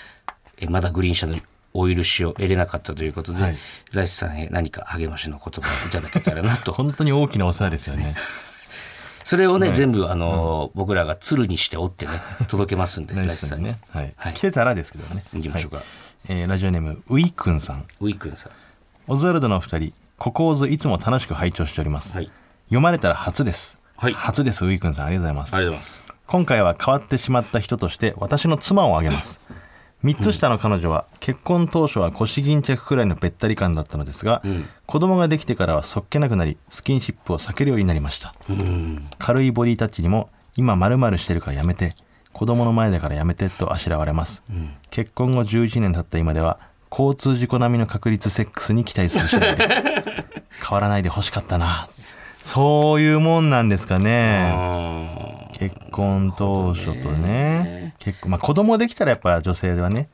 えーまだグリーン車のオイル紙を得れなかったということで、
はい
ライスさんへ何か励ましの言葉をいただけたらなと
本当に大きなお世話ですよ ね
それをね、全部、あのー僕らが鶴にして折って ね届けますんで
ナ
ライ
イ
ス
スさ
さ
ん
ん
ね
ね、
はい、
はい
来てたらですけどね
行きましょうか、
えーラジオネームウイくんさん
ウィークンさん
オズワルドのお二人ここをずいつも楽しく拝聴しております、
はい
読まれたら初です、
はい
初ですウイくんさんありがとうございます
ありがとうございます
今回は変わってしまった人として私の妻を挙げます3つ下の彼女は結婚当初は腰巾着くらいのべったり感だったのですが、子供ができてからはそっけなくなりスキンシップを避けるようになりました軽いボディタッチにも今まるしてるからやめて子供の前だからやめてとあしらわれます、結婚後11年経った今では交通事故並みの確率セックスに期待する次第です 変わらないで欲しかったなそういうもんなんですかね結婚当初とね結婚まあ子供できたらやっぱ女性はね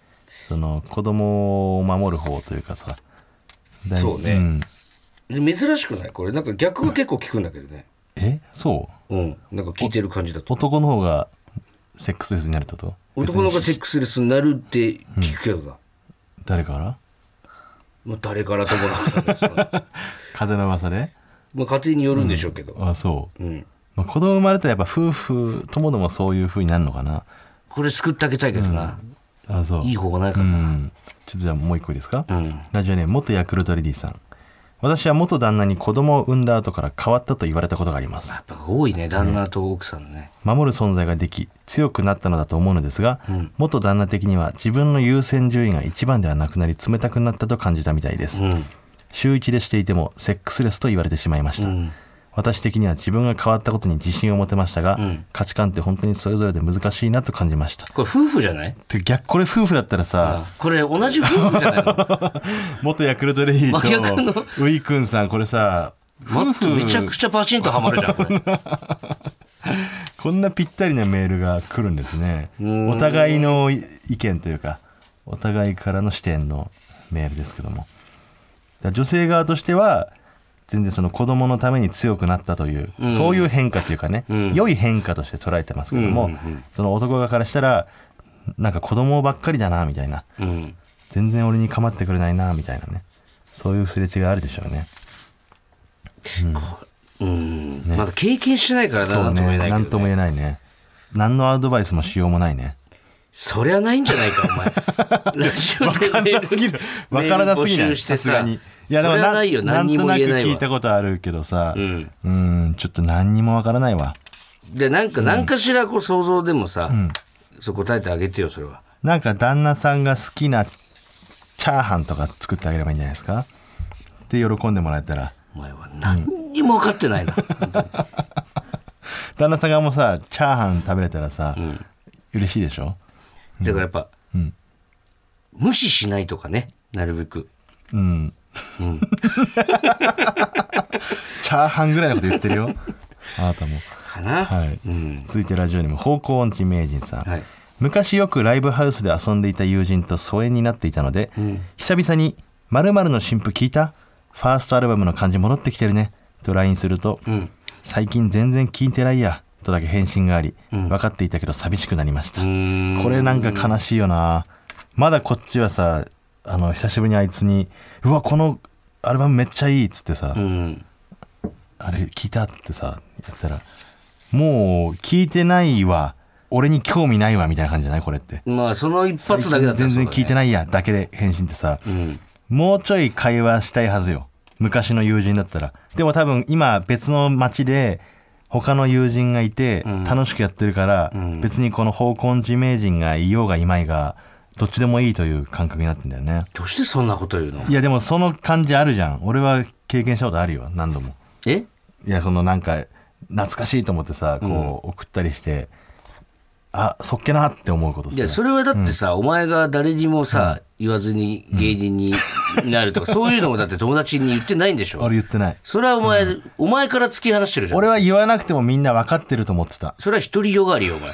その子供を守る方というかさ大
そうね
ん
珍しくないこれなんか逆が結構聞くんだけどね、
えそう
うん、なんか聞いてる感じだと。
男の方がセックスレスになるってこと
男の子が
別
セ
に
ックスレスになるって聞くけどな。
誰から
まあ、誰からともなくさです よ
風の噂で
まあ家庭によるんでしょうけど。
あそう、
うん。
まあ、子供生まれたらやっぱ夫婦ともどもそういうふうになるのかな
これ救ってあげたいけどな。
あそう
いい方がないか
う
な。
んちょっとじゃあもう一個いいですか、
うん。
ラジオネーム元ヤクルトレディさん私は元旦那に子供を産んだ後から変わったと言われたことがあります
やっぱ多いね旦那と奥さんのね、
守る存在ができ強くなったのだと思うのですが、
うん
元旦那的には自分の優先順位が一番ではなくなり冷たくなったと感じたみたいです、
うん
週一でしていてもセックスレスと言われてしまいました、
うん
私的には自分が変わったことに自信を持てましたが、
うん
価値観って本当にそれぞれで難しいなと感じました
これ夫婦じゃない
てか逆これ夫婦だったらさ、
これ同じ夫婦じゃないの
元ヤクルトレイとウ
真逆の
ィくんさんこれさ
マ
夫
ット
婦
めちゃくちゃパチンとはまるじゃんこれ
こんなぴったりなメールが来るんですね
ん
お互いの意見というかお互いからの視点のメールですけどもだから女性側としては全然その子供のために強くなったという、そういう変化というかね、
ん
良い変化として捉えてますけども、
うんうんうん
その男側からしたらなんか子供ばっかりだなみたいな
うん
全然俺に構ってくれないなみたいなねそういうすれ違いあるでしょうね
うんまだ経験してないからな
そ
な
う
んとも言えないけ
ね
ど、ね、
なんとも言えないね何のアドバイスもしようもないね
そりゃないんじゃないか、 お前。ラジオでメール
わからなすぎ
メール募
ない
集して
さ
さ
すがにい
そ
も
りゃないよ、
な
何
ん
に
と
も
なく
言えない
聞い
わ
た。ことあるけどさ
うん
うんちょっと何にもわからないわ
で、なんか、何かしらこう想像でもさ、そう答えてあげてよ、それは。
なんか旦那さんが好きなチャーハンとか作ってあげればいいんじゃないですかで喜んでもらえたら
お前は何にも分かってないな。
旦那さんがもうさチャーハン食べれたらさ嬉しいでしょ
だからやっぱ、無視しないとかね、なるべく。
うん チャーハンぐらいのこと言ってるよあなたも
かな。
はい
うん。
続いてラジオにも方向音痴名人さん、
はい
昔よくライブハウスで遊んでいた友人と疎遠になっていたので、久々に「まるの新譜聞いたファーストアルバムの感じ戻ってきてるね」と LINE すると、
ん
最近全然聞いてないや」とだけ返信があり、分かっていたけど寂しくなりました、
うーん
これなんか悲しいよなまだこっちはさあの久しぶりにあいつに「うわこのアルバムめっちゃいい」っつってさ、
うん。
あれ聞いたってさやったらもう聞いてないわ俺に興味ないわみたいな感じじゃないこれって
まあ、その一発だけだった
全然聞いて
ない。
ないやだけで返信ってさ、
うん。
もうちょい会話したいはずよ昔の友人だったらでも多分今別の街で他の友人がいて
ん
楽しくやってるから、
ん
別にこの方向地名人がいようがいまいがどっちでもいいという感覚になってんだよね
どうしてそんなこと言うの
いやでもその感じあるじゃん俺は経験したことあるよ何度も
え
いやそのなんか懐かしいと思ってさこう送ったりして、あそっけなって思うこと
いや、
さ
それはだってさ、お前が誰にもさ、言わずに芸人になる とか、そういうのもだって友達に言ってないんでしょ
俺言ってない
それはお前、お前から突き放してるじゃん。
俺は言わなくてもみんな分かってると思ってた
それは独りよがりよ、お前。い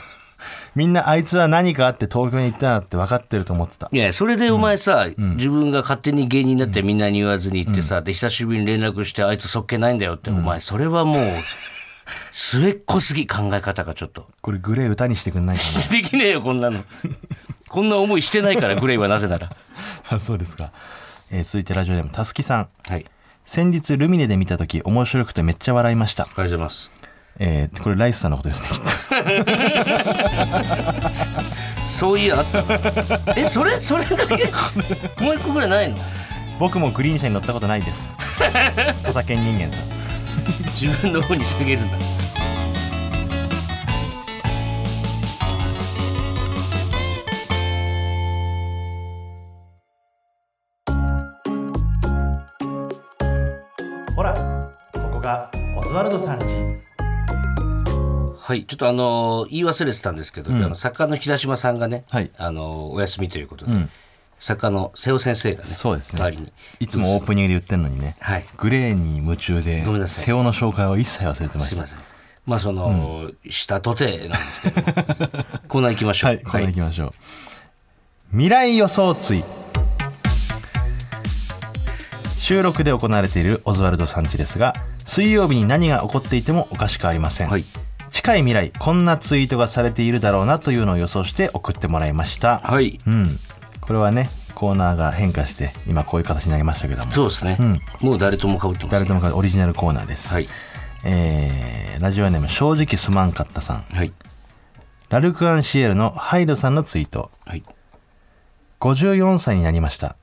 みんなあいつは何かあって東京に行ったなって分かってると思ってた
や、それでお前さ、自分が勝手に芸人になってみんなに言わずに言ってさ、で、久しぶりに連絡して、あいつそっけないんだよって、お前、それはもう、末っ子すぎ、考え方がちょっ と。
これグレー歌にしてくんないか
できねえよ、こんなの。こんな思いしてないから、グレイはなぜなら。
な あそうですか、えー続いてラジオでもたすきさん
はい。
先日ルミネで見た時面白くてめっちゃ笑いました、
ありがとうございます。
えーこれライスさんのことですね きっと
そういうあった のえそれそれだけもう一個ぐらいないの
僕もグリーン車に乗ったことないです 土佐犬人間さん
自分の方に下げるんだ
ほらここがオズワルドさんち
はいちょっとあのー言い忘れてたんですけど、
ん
あの作家の平島さんがね、
はい
あのーお休みということで、
ん
作家の瀬尾先生がね
そうですね
代わりに
いつもオープニングで言ってるのにね、
はい
グレーに夢中で
ごめんなさい
瀬尾の紹介を一切忘れてまし
すい
た
ませんまあその、したとてなんですけど コーナー行きましょう
はいこれいきましょう、未来予想追収録で行われているオズワルドさんちですが水曜日に何が起こっていてもおかしくありません、
はい
近い未来こんなツイートがされているだろうなというのを予想して送ってもらいました、
はい
うんこれはねコーナーが変化して今こういう形になりましたけども
そうですね、
ん
もう誰ともかぶってます、
誰ともがオリジナルコーナーです、
はい
えーラジオネーム正直すまんかったさん
はい
ラルク・アンシエルのハイドさんのツイート
はい
54歳になりました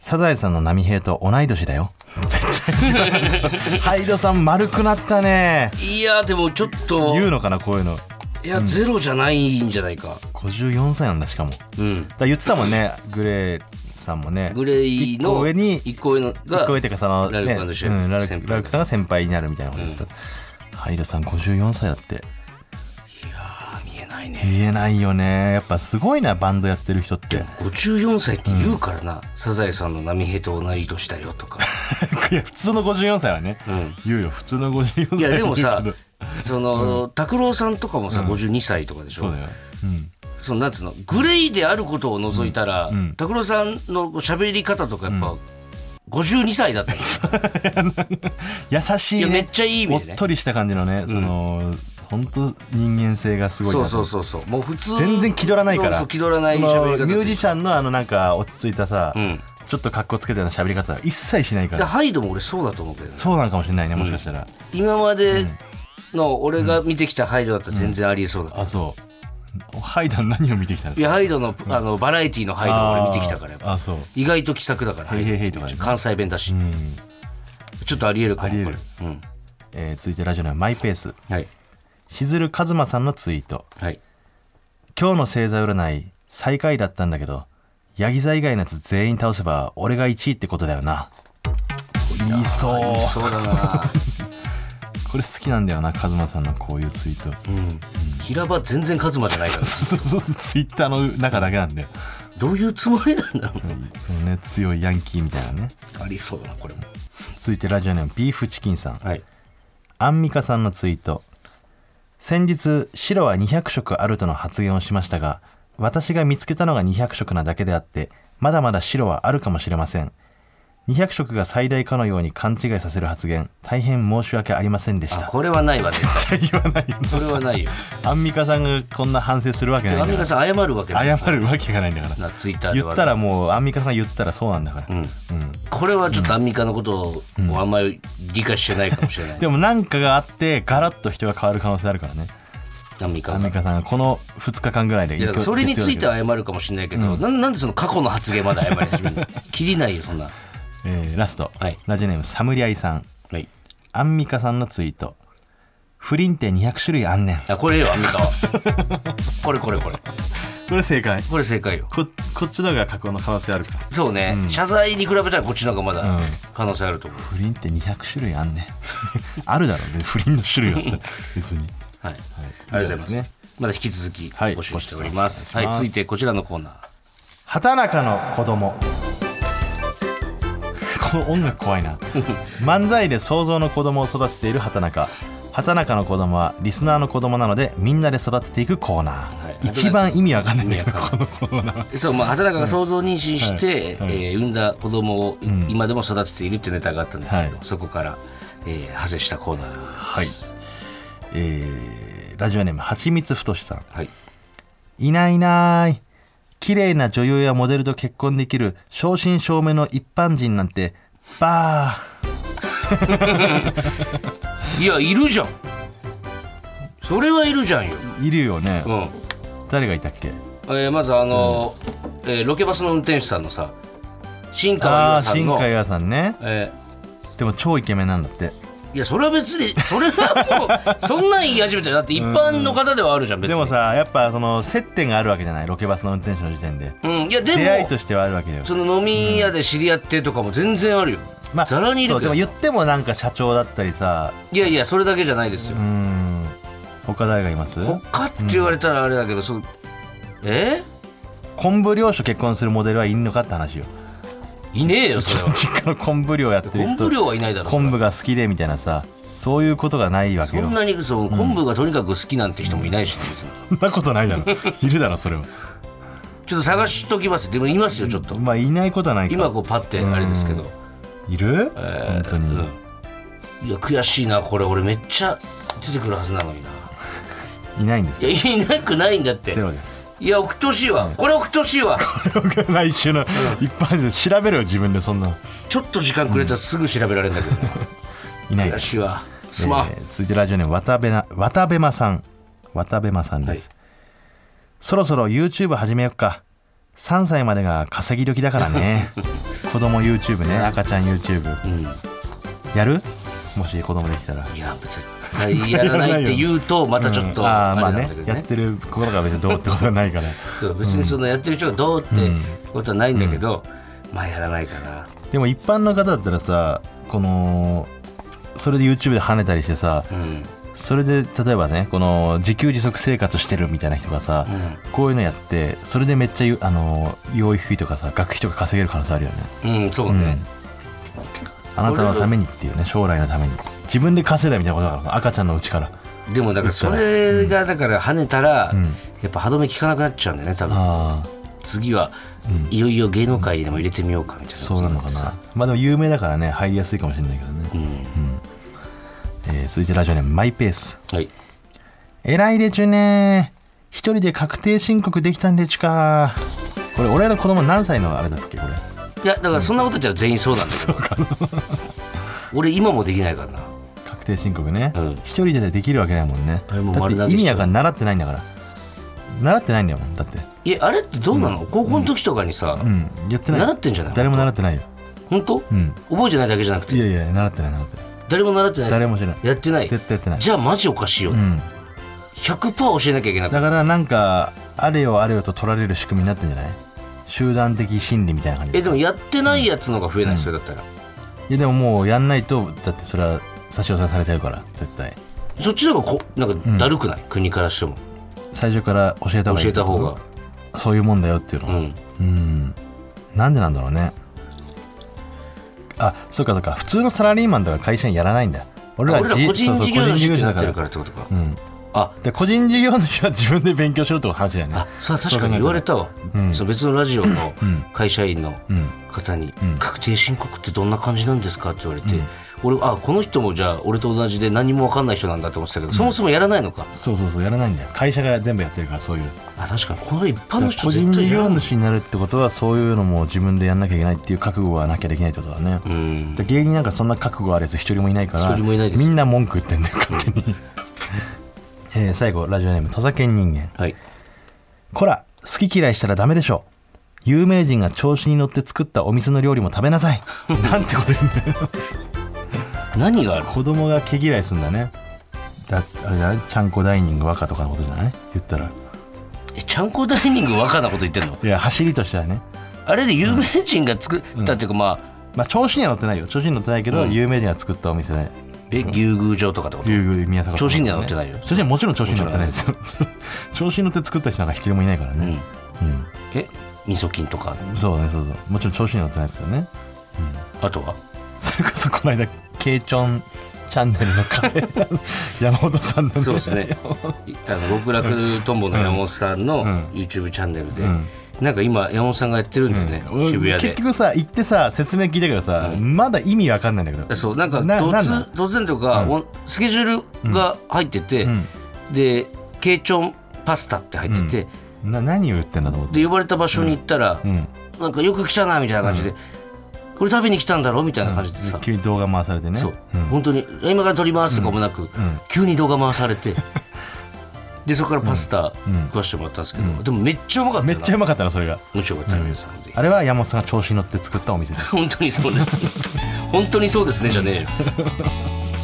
サザエさんの波平と同い年だよ。絶対知らないですハイドさん丸くなったね。
いやでもちょっと
言うのかなこういうの。
いやゼロじゃないんじゃないか
54歳なんだしかも。だか
うん
ら言ってたもんねグレーさんもね。
グレイ
一個
の
上に
一個上の
聞
が
こえてかその
ラルクアンドシェル
うん、ラル
先
ク
輩
ラルクさんが先輩になるみたいなことです、ハイドさん54歳だって
あ見えないね
言えないよねやっぱすごいなバンドやってる人って
54歳って言うからな、サザエさんの波平と同い年だよ とか
いや普通の54歳はね、
ん
言うよ普通の54歳
いやでも
は
さ
言うけど
その拓郎、さんとかもさ52歳とかでしょ、
そうだよ、うん、
そのなんつうのグレイであることを除いたら
ん
拓郎、さんの喋り方とかやっぱ、52歳 だったの
優しい,、
い
ね、
やめっちゃいい意味
おっ
でね
とりした感じのね、その本当人間性がすごい
そ
な
う
と
そうそうそうもう普通
全然気取らないから
そうそう気取らない
そ
喋り
の
方
ミュー
で
ジシャンのあのなんか落ち着いたさ、
うん
ちょっと格好つけたような喋り方は一切しないか
で
ら
ハイドも俺そうだと思うけどね
そうなんかもしれないねもしかしたら、
今までの俺が見てきたハイドだったら全然ありえそうだ、
あそうハイダン何を見てきたん
い
です
や
か
ハイドのあのバラエティのハイドを俺見てきたからやっぱ
あそう
意外と気さくだから
へいへいへい
ハイド
とかね
関西弁だし、
うん、
ちょっとありえるかも
ありえ
こ
る
れうん
えー続いてラジオのマイペース
はい
しずるかずまさんのツイート
はい
今日の星座占い最下位だったんだけどヤギ座以外のやつ全員倒せば俺が1位ってことだよな言いそう
ありそうだな、
これ好きなんだよなカズマさんのこういうツイート
うん、 平場全然カズマじゃ ないから
そうそうそうツイッターの中だけなんで、
どういうつもりなんだろう
このね、強いヤンキーみたいなね
ありそうだなこれも
続いてラジオネームビーフチキンさん
はい
アンミカさんのツイート先日白は200色あるとの発言をしましたが私が見つけたのが200色なだけであってまだまだ白はあるかもしれません200色が最大かのように勘違いさせる発言大変申し訳ありませんでし
あ
た
これはないわ絶対
言わないよ
これはないよ
アンミカさんがこんな反省するわけ
で
な
ア
い
ンミ
ん
カ
だか
さん謝るわけない
ら謝るわけがないんだから
なツイッターで
言ったらもうアンミカさんが言ったらそうなんだから、
うん
うん
これはちょっとアンミカのことをあんまり理解してないかもしれない、
でもなんかがあってガラッと人が変わる可能性あるからね
アンミカ
アン
が。
ミカさんがこの2日間ぐらいで
いやそれについては謝るかもしれないけど、なん、なんでその過去の発言まで謝り始めるの 切りないよそんな
えーラスト、
はい
ラジオネームサムリアイさん
はい
アンミカさんのツイート「不倫って200種類あんねん
あこれよアンミカはこれこれこれ」
これ正解
これ正解よ
ここっちの方が過去の可能性あるか
そうね、謝罪に比べたらこっちの方がまだ
うん
可能性あると思う、
不倫って200種類あん ねんあるだろうね不倫の種類 は別に
はい、あ
はい
りがとうございます
ね
まだ引き続き
はい
募集しております、
お
はい
願
い
します
続いてこちらのコーナー
畑中の子供この音楽怖いな漫才で想像の子供を育てている畑中畑中の子供はリスナーの子供なのでみんなで育てていくコーナー、
はい
一番意味わかんないんだけど
意味わ
このコーナー
そう、まあ、畑中が想像妊娠して、
はいはい
えー産んだ子供を
ん
今でも育てているっていうネタがあったんですけど、
はい
そこから、えー、派生したコーナー。
はい。えーラジオネームはちみつふとしさん。
はい。
いないいない。綺麗な女優やモデルと結婚できる正真正銘の一般人なんて、バ
いや、いるじゃん。それはいるじゃんよ。
ーいるよね。
うん。
誰がいたっけ
えーまず、あのーえーロケバスの運転手さんのさ、新川
あ
優
ー
さん
新
の、
海屋さんね。
え
でも超イケメンなんだって。
ーいや、それは別に、それはも う、そんなん言い始めて、だって一般の方ではあるじゃん、別に。
でも、さ、やっぱその接点があるわけじゃない。ロケバスの運転手の時点で。
うん、いや、で
出会い
も
と、してはあるわけだよ。
その飲み屋で知り合ってとかも全然あるよ。
まあ、
ざらにいる
そう
け
で
ど
も言ってもなんか社長だったりさ、
いやいや、それだけじゃないですよ
うー。ん、他誰がいます
他って言われたらあれだけど、そのえ
昆布漁師と結婚するモデルはいんのかって 話よ。
いねえよそ れは
実家の昆布漁やってる
昆
人
布量はいないだろ
昆布が好きでみたいなさそういうことがないわけ
そ
よ
ん
そん
なにその昆布がとにかく好きなんて人もいないし、別に
なことないだ ろいるだろそれは
ちょっと探しときますでもいますよちょっと
まあいないことはない
今
か
こうパッてあれですけど
いる
え
本
ー
当に
うんいや悔しいなこれ俺めっちゃ出てくるはずなのにない
ないんです
いやいなくないんだって
ゼロです
いや送ってほしいわこれ送ってほしいわ
来週の一般人調べろよ自分でそんなの
ちょっと時間くれたらすぐ調べられるんだけどね
いない
悔
です
しいわすまん
えー続いてラジオネーム渡辺な渡辺間さん渡辺間さんです、そろそろ YouTube 始めよっか3歳までが稼ぎ時だからね 子供 YouTube ね赤ちゃん YouTube
うん、
やるもし子供できたら
いや絶対やらないって言うとまたちょっと
うんあ
あ
あ
れ
まあ
なん
ね
だけど
やっ
ね,、
てることが別にどうってことはな いから
そう別にそのやってる人がどうってことはないんだけど、まあやらないかな
でも一般の方だったらさこのそれで YouTube で跳ねたりしてさ
うん
それで例えばねこの自給自足生活してるみたいな人がさ、こういうのやってそれでめっちゃゆあの養育費とかさ学費とか稼げる可能性あるよね
うん、うん、そうね、
あなたのためにっていうね将来のために自分で稼いだみたいなことだから赤ちゃんのうちから
でもだからそれがだから跳ねたら、やっぱ歯止め効かなくなっちゃうんだよね多分
ああ
次はいよいよ芸能界でも入れてみようかみたいな
そうなのかなまあでも有名だからね入りやすいかもしれないけどね、
うん
えー続いてラジオネームマイペース
はい
偉いでちゅね一人で確定申告できたんでちゅかこれ俺らの子供何歳のあれだっけこれ
いやだからそんなことじゃ全員そうなんだよ、俺今もできないからな
確定申告ね
うん
一、人でできるわけないもんね
あれもう
だっ
丸投
て
げ
意
し
味
ちゃ
や
う
からん習ってないんだから習ってないんだもんだって
いやあれってどうなの、高校の時とかにさ、
うんやってない
習ってんじゃない
誰も習ってないよ
本当、
うん
覚えてないだけじゃなく
い
て
やいや習ってない習ってない
誰も習ってない
誰も知らない
やってない
絶対やってない
じゃあマジおかしいよ、
うん
100%教えなきゃいけない
だからなんかあれよあれよと取られる仕組みになってんじゃない集団的心理みたいな感じ
えでもやってないやつの方が増えない、それだったら
いやでももうやんないとだってそれは差し押さえされちゃうから絶対
そっちの方がこなんかだるくない、国からしても
最初から教えた方がいい
教えた方が
そういうもんだよっていうの
う
は
ん
うんなんでなんだろうねあそうかそうか普通のサラリーマンとか会社員やらないんだ俺ら
俺ら個人
そうそう
事業
個
主ってな
だ
ってるかららってことか
うん
あ
で個人事業主は自分で勉強しろって話だよね
あそう確かに言われたわ、その別のラジオの
ん
会社員の
うん
方に「確定申告ってどんな感じなんですか?」って言われて、俺あこの人もじゃあ俺と同じで何も分かんない人なんだと思ってたけど、そもそもやらないのか
そうそうそうやらないんだよ会社が全部やってるからそういう
あ確かにこの一般
だ
の
から
人
個
絶
人事
対や
業
らない
主になるってことはそういうのも自分でやんなきゃいけないっていう覚悟はなきゃできないってことだね、
うん
で芸人なんかそんな覚悟あるやつ一人もいないから
一人もいないです
みんな文句言ってんだよ勝 手に、えー最後ラジオネーム土佐犬人間
はい
こら好き嫌いしたらダメでしょ有名人が調子に乗って作ったお店の料理も食べ なさいなんてこと言うんだよ
何がある
子供が毛嫌いすんだねだあれだねちゃんこダイニング若とかのことじゃない言ったら
えちゃんこダイニング若なこと言ってんの
いや走りとしてはね
あれで有名人が作ったっていうかまあ
まあ調子には乗ってないよ調子に乗ってないけど、有名人が作ったお店で
え牛宮城とかってこと
竜宮宮坂
調子には乗ってないよ
調子にはもちろん調子に乗ってないですよ 調子に乗って作った人なんか一人もいないから
うん
ね、うん
えみそ菌とか
そうねそうそうもちろん調子に乗ってないですよね
あとは
それこそこの間ケイチョンチャンネルのカ フェ山本さんの
そうですね。い あの極楽とんぼの山本さんの
ん
YouTube チャンネルで、
ん
なんか今山本さんがやってるんだよね、
俺
渋谷
結
で。
局さ行ってさ説明聞いたけどさ、まだ意味わかんないんだけど
そうなんか
ななん
突
だ
突然とか、おスケジュールが入ってて、
ん
でケイチョンパスタって入ってて、
な何を言ってんだと思って
で呼ばれた場所に行ったら、
うん
なんかよく来たなみたいな感じで、これ食べに来たんだろみたいな感じでさ、
急に動画回されてね
そう、本当に今から撮りますとかもなく、急に動画回され て。でそこからパスタ食わしてもらったんですけど、でもめっちゃうまかった
め
な
っちゃうまかったなそれが
もしよかったら皆さんぜひ
あれは山本さんが調子に乗って作ったお店です
本当にそう です本当にそうですねじゃねえよ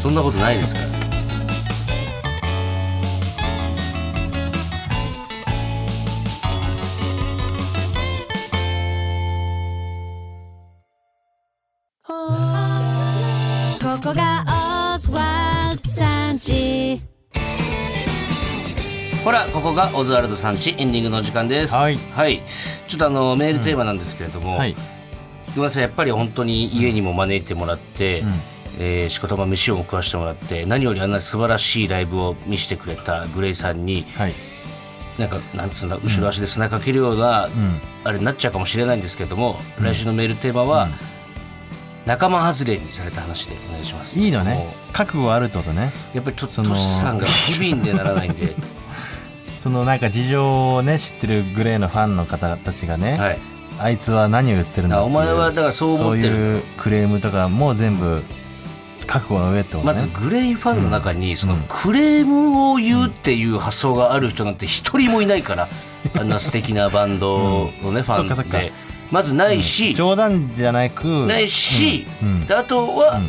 そんなことないですから
ここがオズワルドさんち
ほらここがオズワルドさんちエンディングの時間です
はい
ちょっとあのメールテーマなんですけれども、
はい
ごめんなさいやっぱり本当に家にも招いてもらって、えーしこたま飯をも食わしてもらって何よりあんな素晴らしいライブを見せてくれたグレイさんに
はい
なんかなんつうんだ後ろ足で砂かけるような、
ん
あれになっちゃうかもしれないんですけれども、来週のメールテーマは、仲間外れにされた話でお願いします
いいの
も
ね
う
覚悟あるってことね
やっぱりちょっと
その
トシさんが機敏でならないんで
そのなんか事情をね知ってるグレーのファンの方たちが ね、
はい
あいつは何を言ってるんだっていう
あお前はだからそう思ってる
そういうクレームとかも全部覚悟の上ってことね
まずグレイファンの 中にそのクレームを言うっていう発想がある人なんて一人もいないからあんな素敵なバンドのね、ファ
そっかそっ
ン
か
でまずないし、
冗談じゃなく
ないし、
うん
であとは、
うん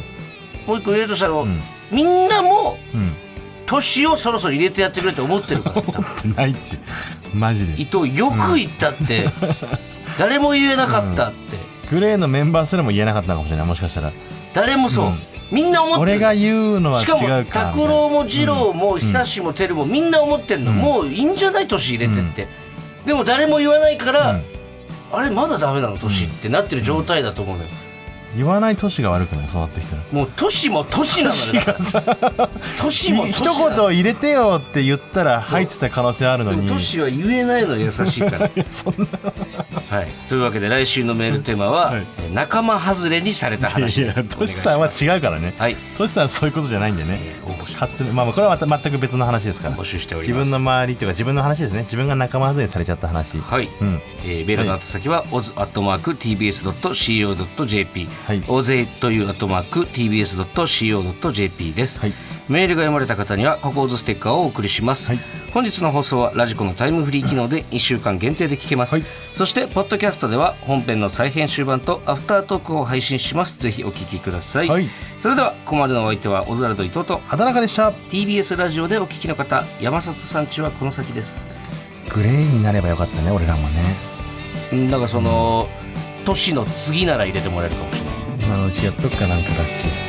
もう一個言えるとしたら、
ん
みんなも
うん
年をそろそろ入れてやってくれって思ってる から、ね、多分
ってないってマジで
伊藤よく言ったって、 誰も言えなかったって、
グレーのメンバーすらも言えなかったのかもしれないもしかしたら
誰もそう、みんな思ってる
俺が言うのは違
しかも
うか
拓郎も二郎も久志も照もみんな思ってんの、もういいんじゃない年入れてって、でも誰も言わないから、
うん
あれまだダメなの年ってなってる状態だと思うのよ、
言わない年が悪くないそうなってきたら
もう年も年なのよ 年も
い
年
一
なの
言入れてよって言ったら入ってた可能性あるの
でも
に
年は言えないの優しい から
そん
はい、というわけで来週のメールテーマは、
はい
え仲間外れにされた
ない
話
やトシさんは違うからね
はい
トシさんはそういうことじゃないんでね
えー応募し
勝手にまあまあこれはまた全く別の話ですから
募集しており
自
ます
分の周りっていうか自分の話ですね自分が仲間外れにされちゃった話
はい、
うん
えーメールの宛先は、o z @tbs.co.jp、
はい
oz という @tbs.co.jp です、
はい
メールが読まれた方にはココーズステッカーをお送りします、
はい
本日の放送はラジコのタイムフリー機能で1週間限定で聞けます、
はい
そしてポッドキャストでは本編の再編集版とアフタートークを配信しますぜひお聞きください、
はい
それではここまでのお相手はオズワルド伊藤と
畑中でした
TBS ラジオでお聞きの方山里さんちはこの先です
グレーになればよかったね俺らもね
うんなんかその、都市の次なら入れてもらえるかもしれない。
今のうちやっとくかなんかだっけ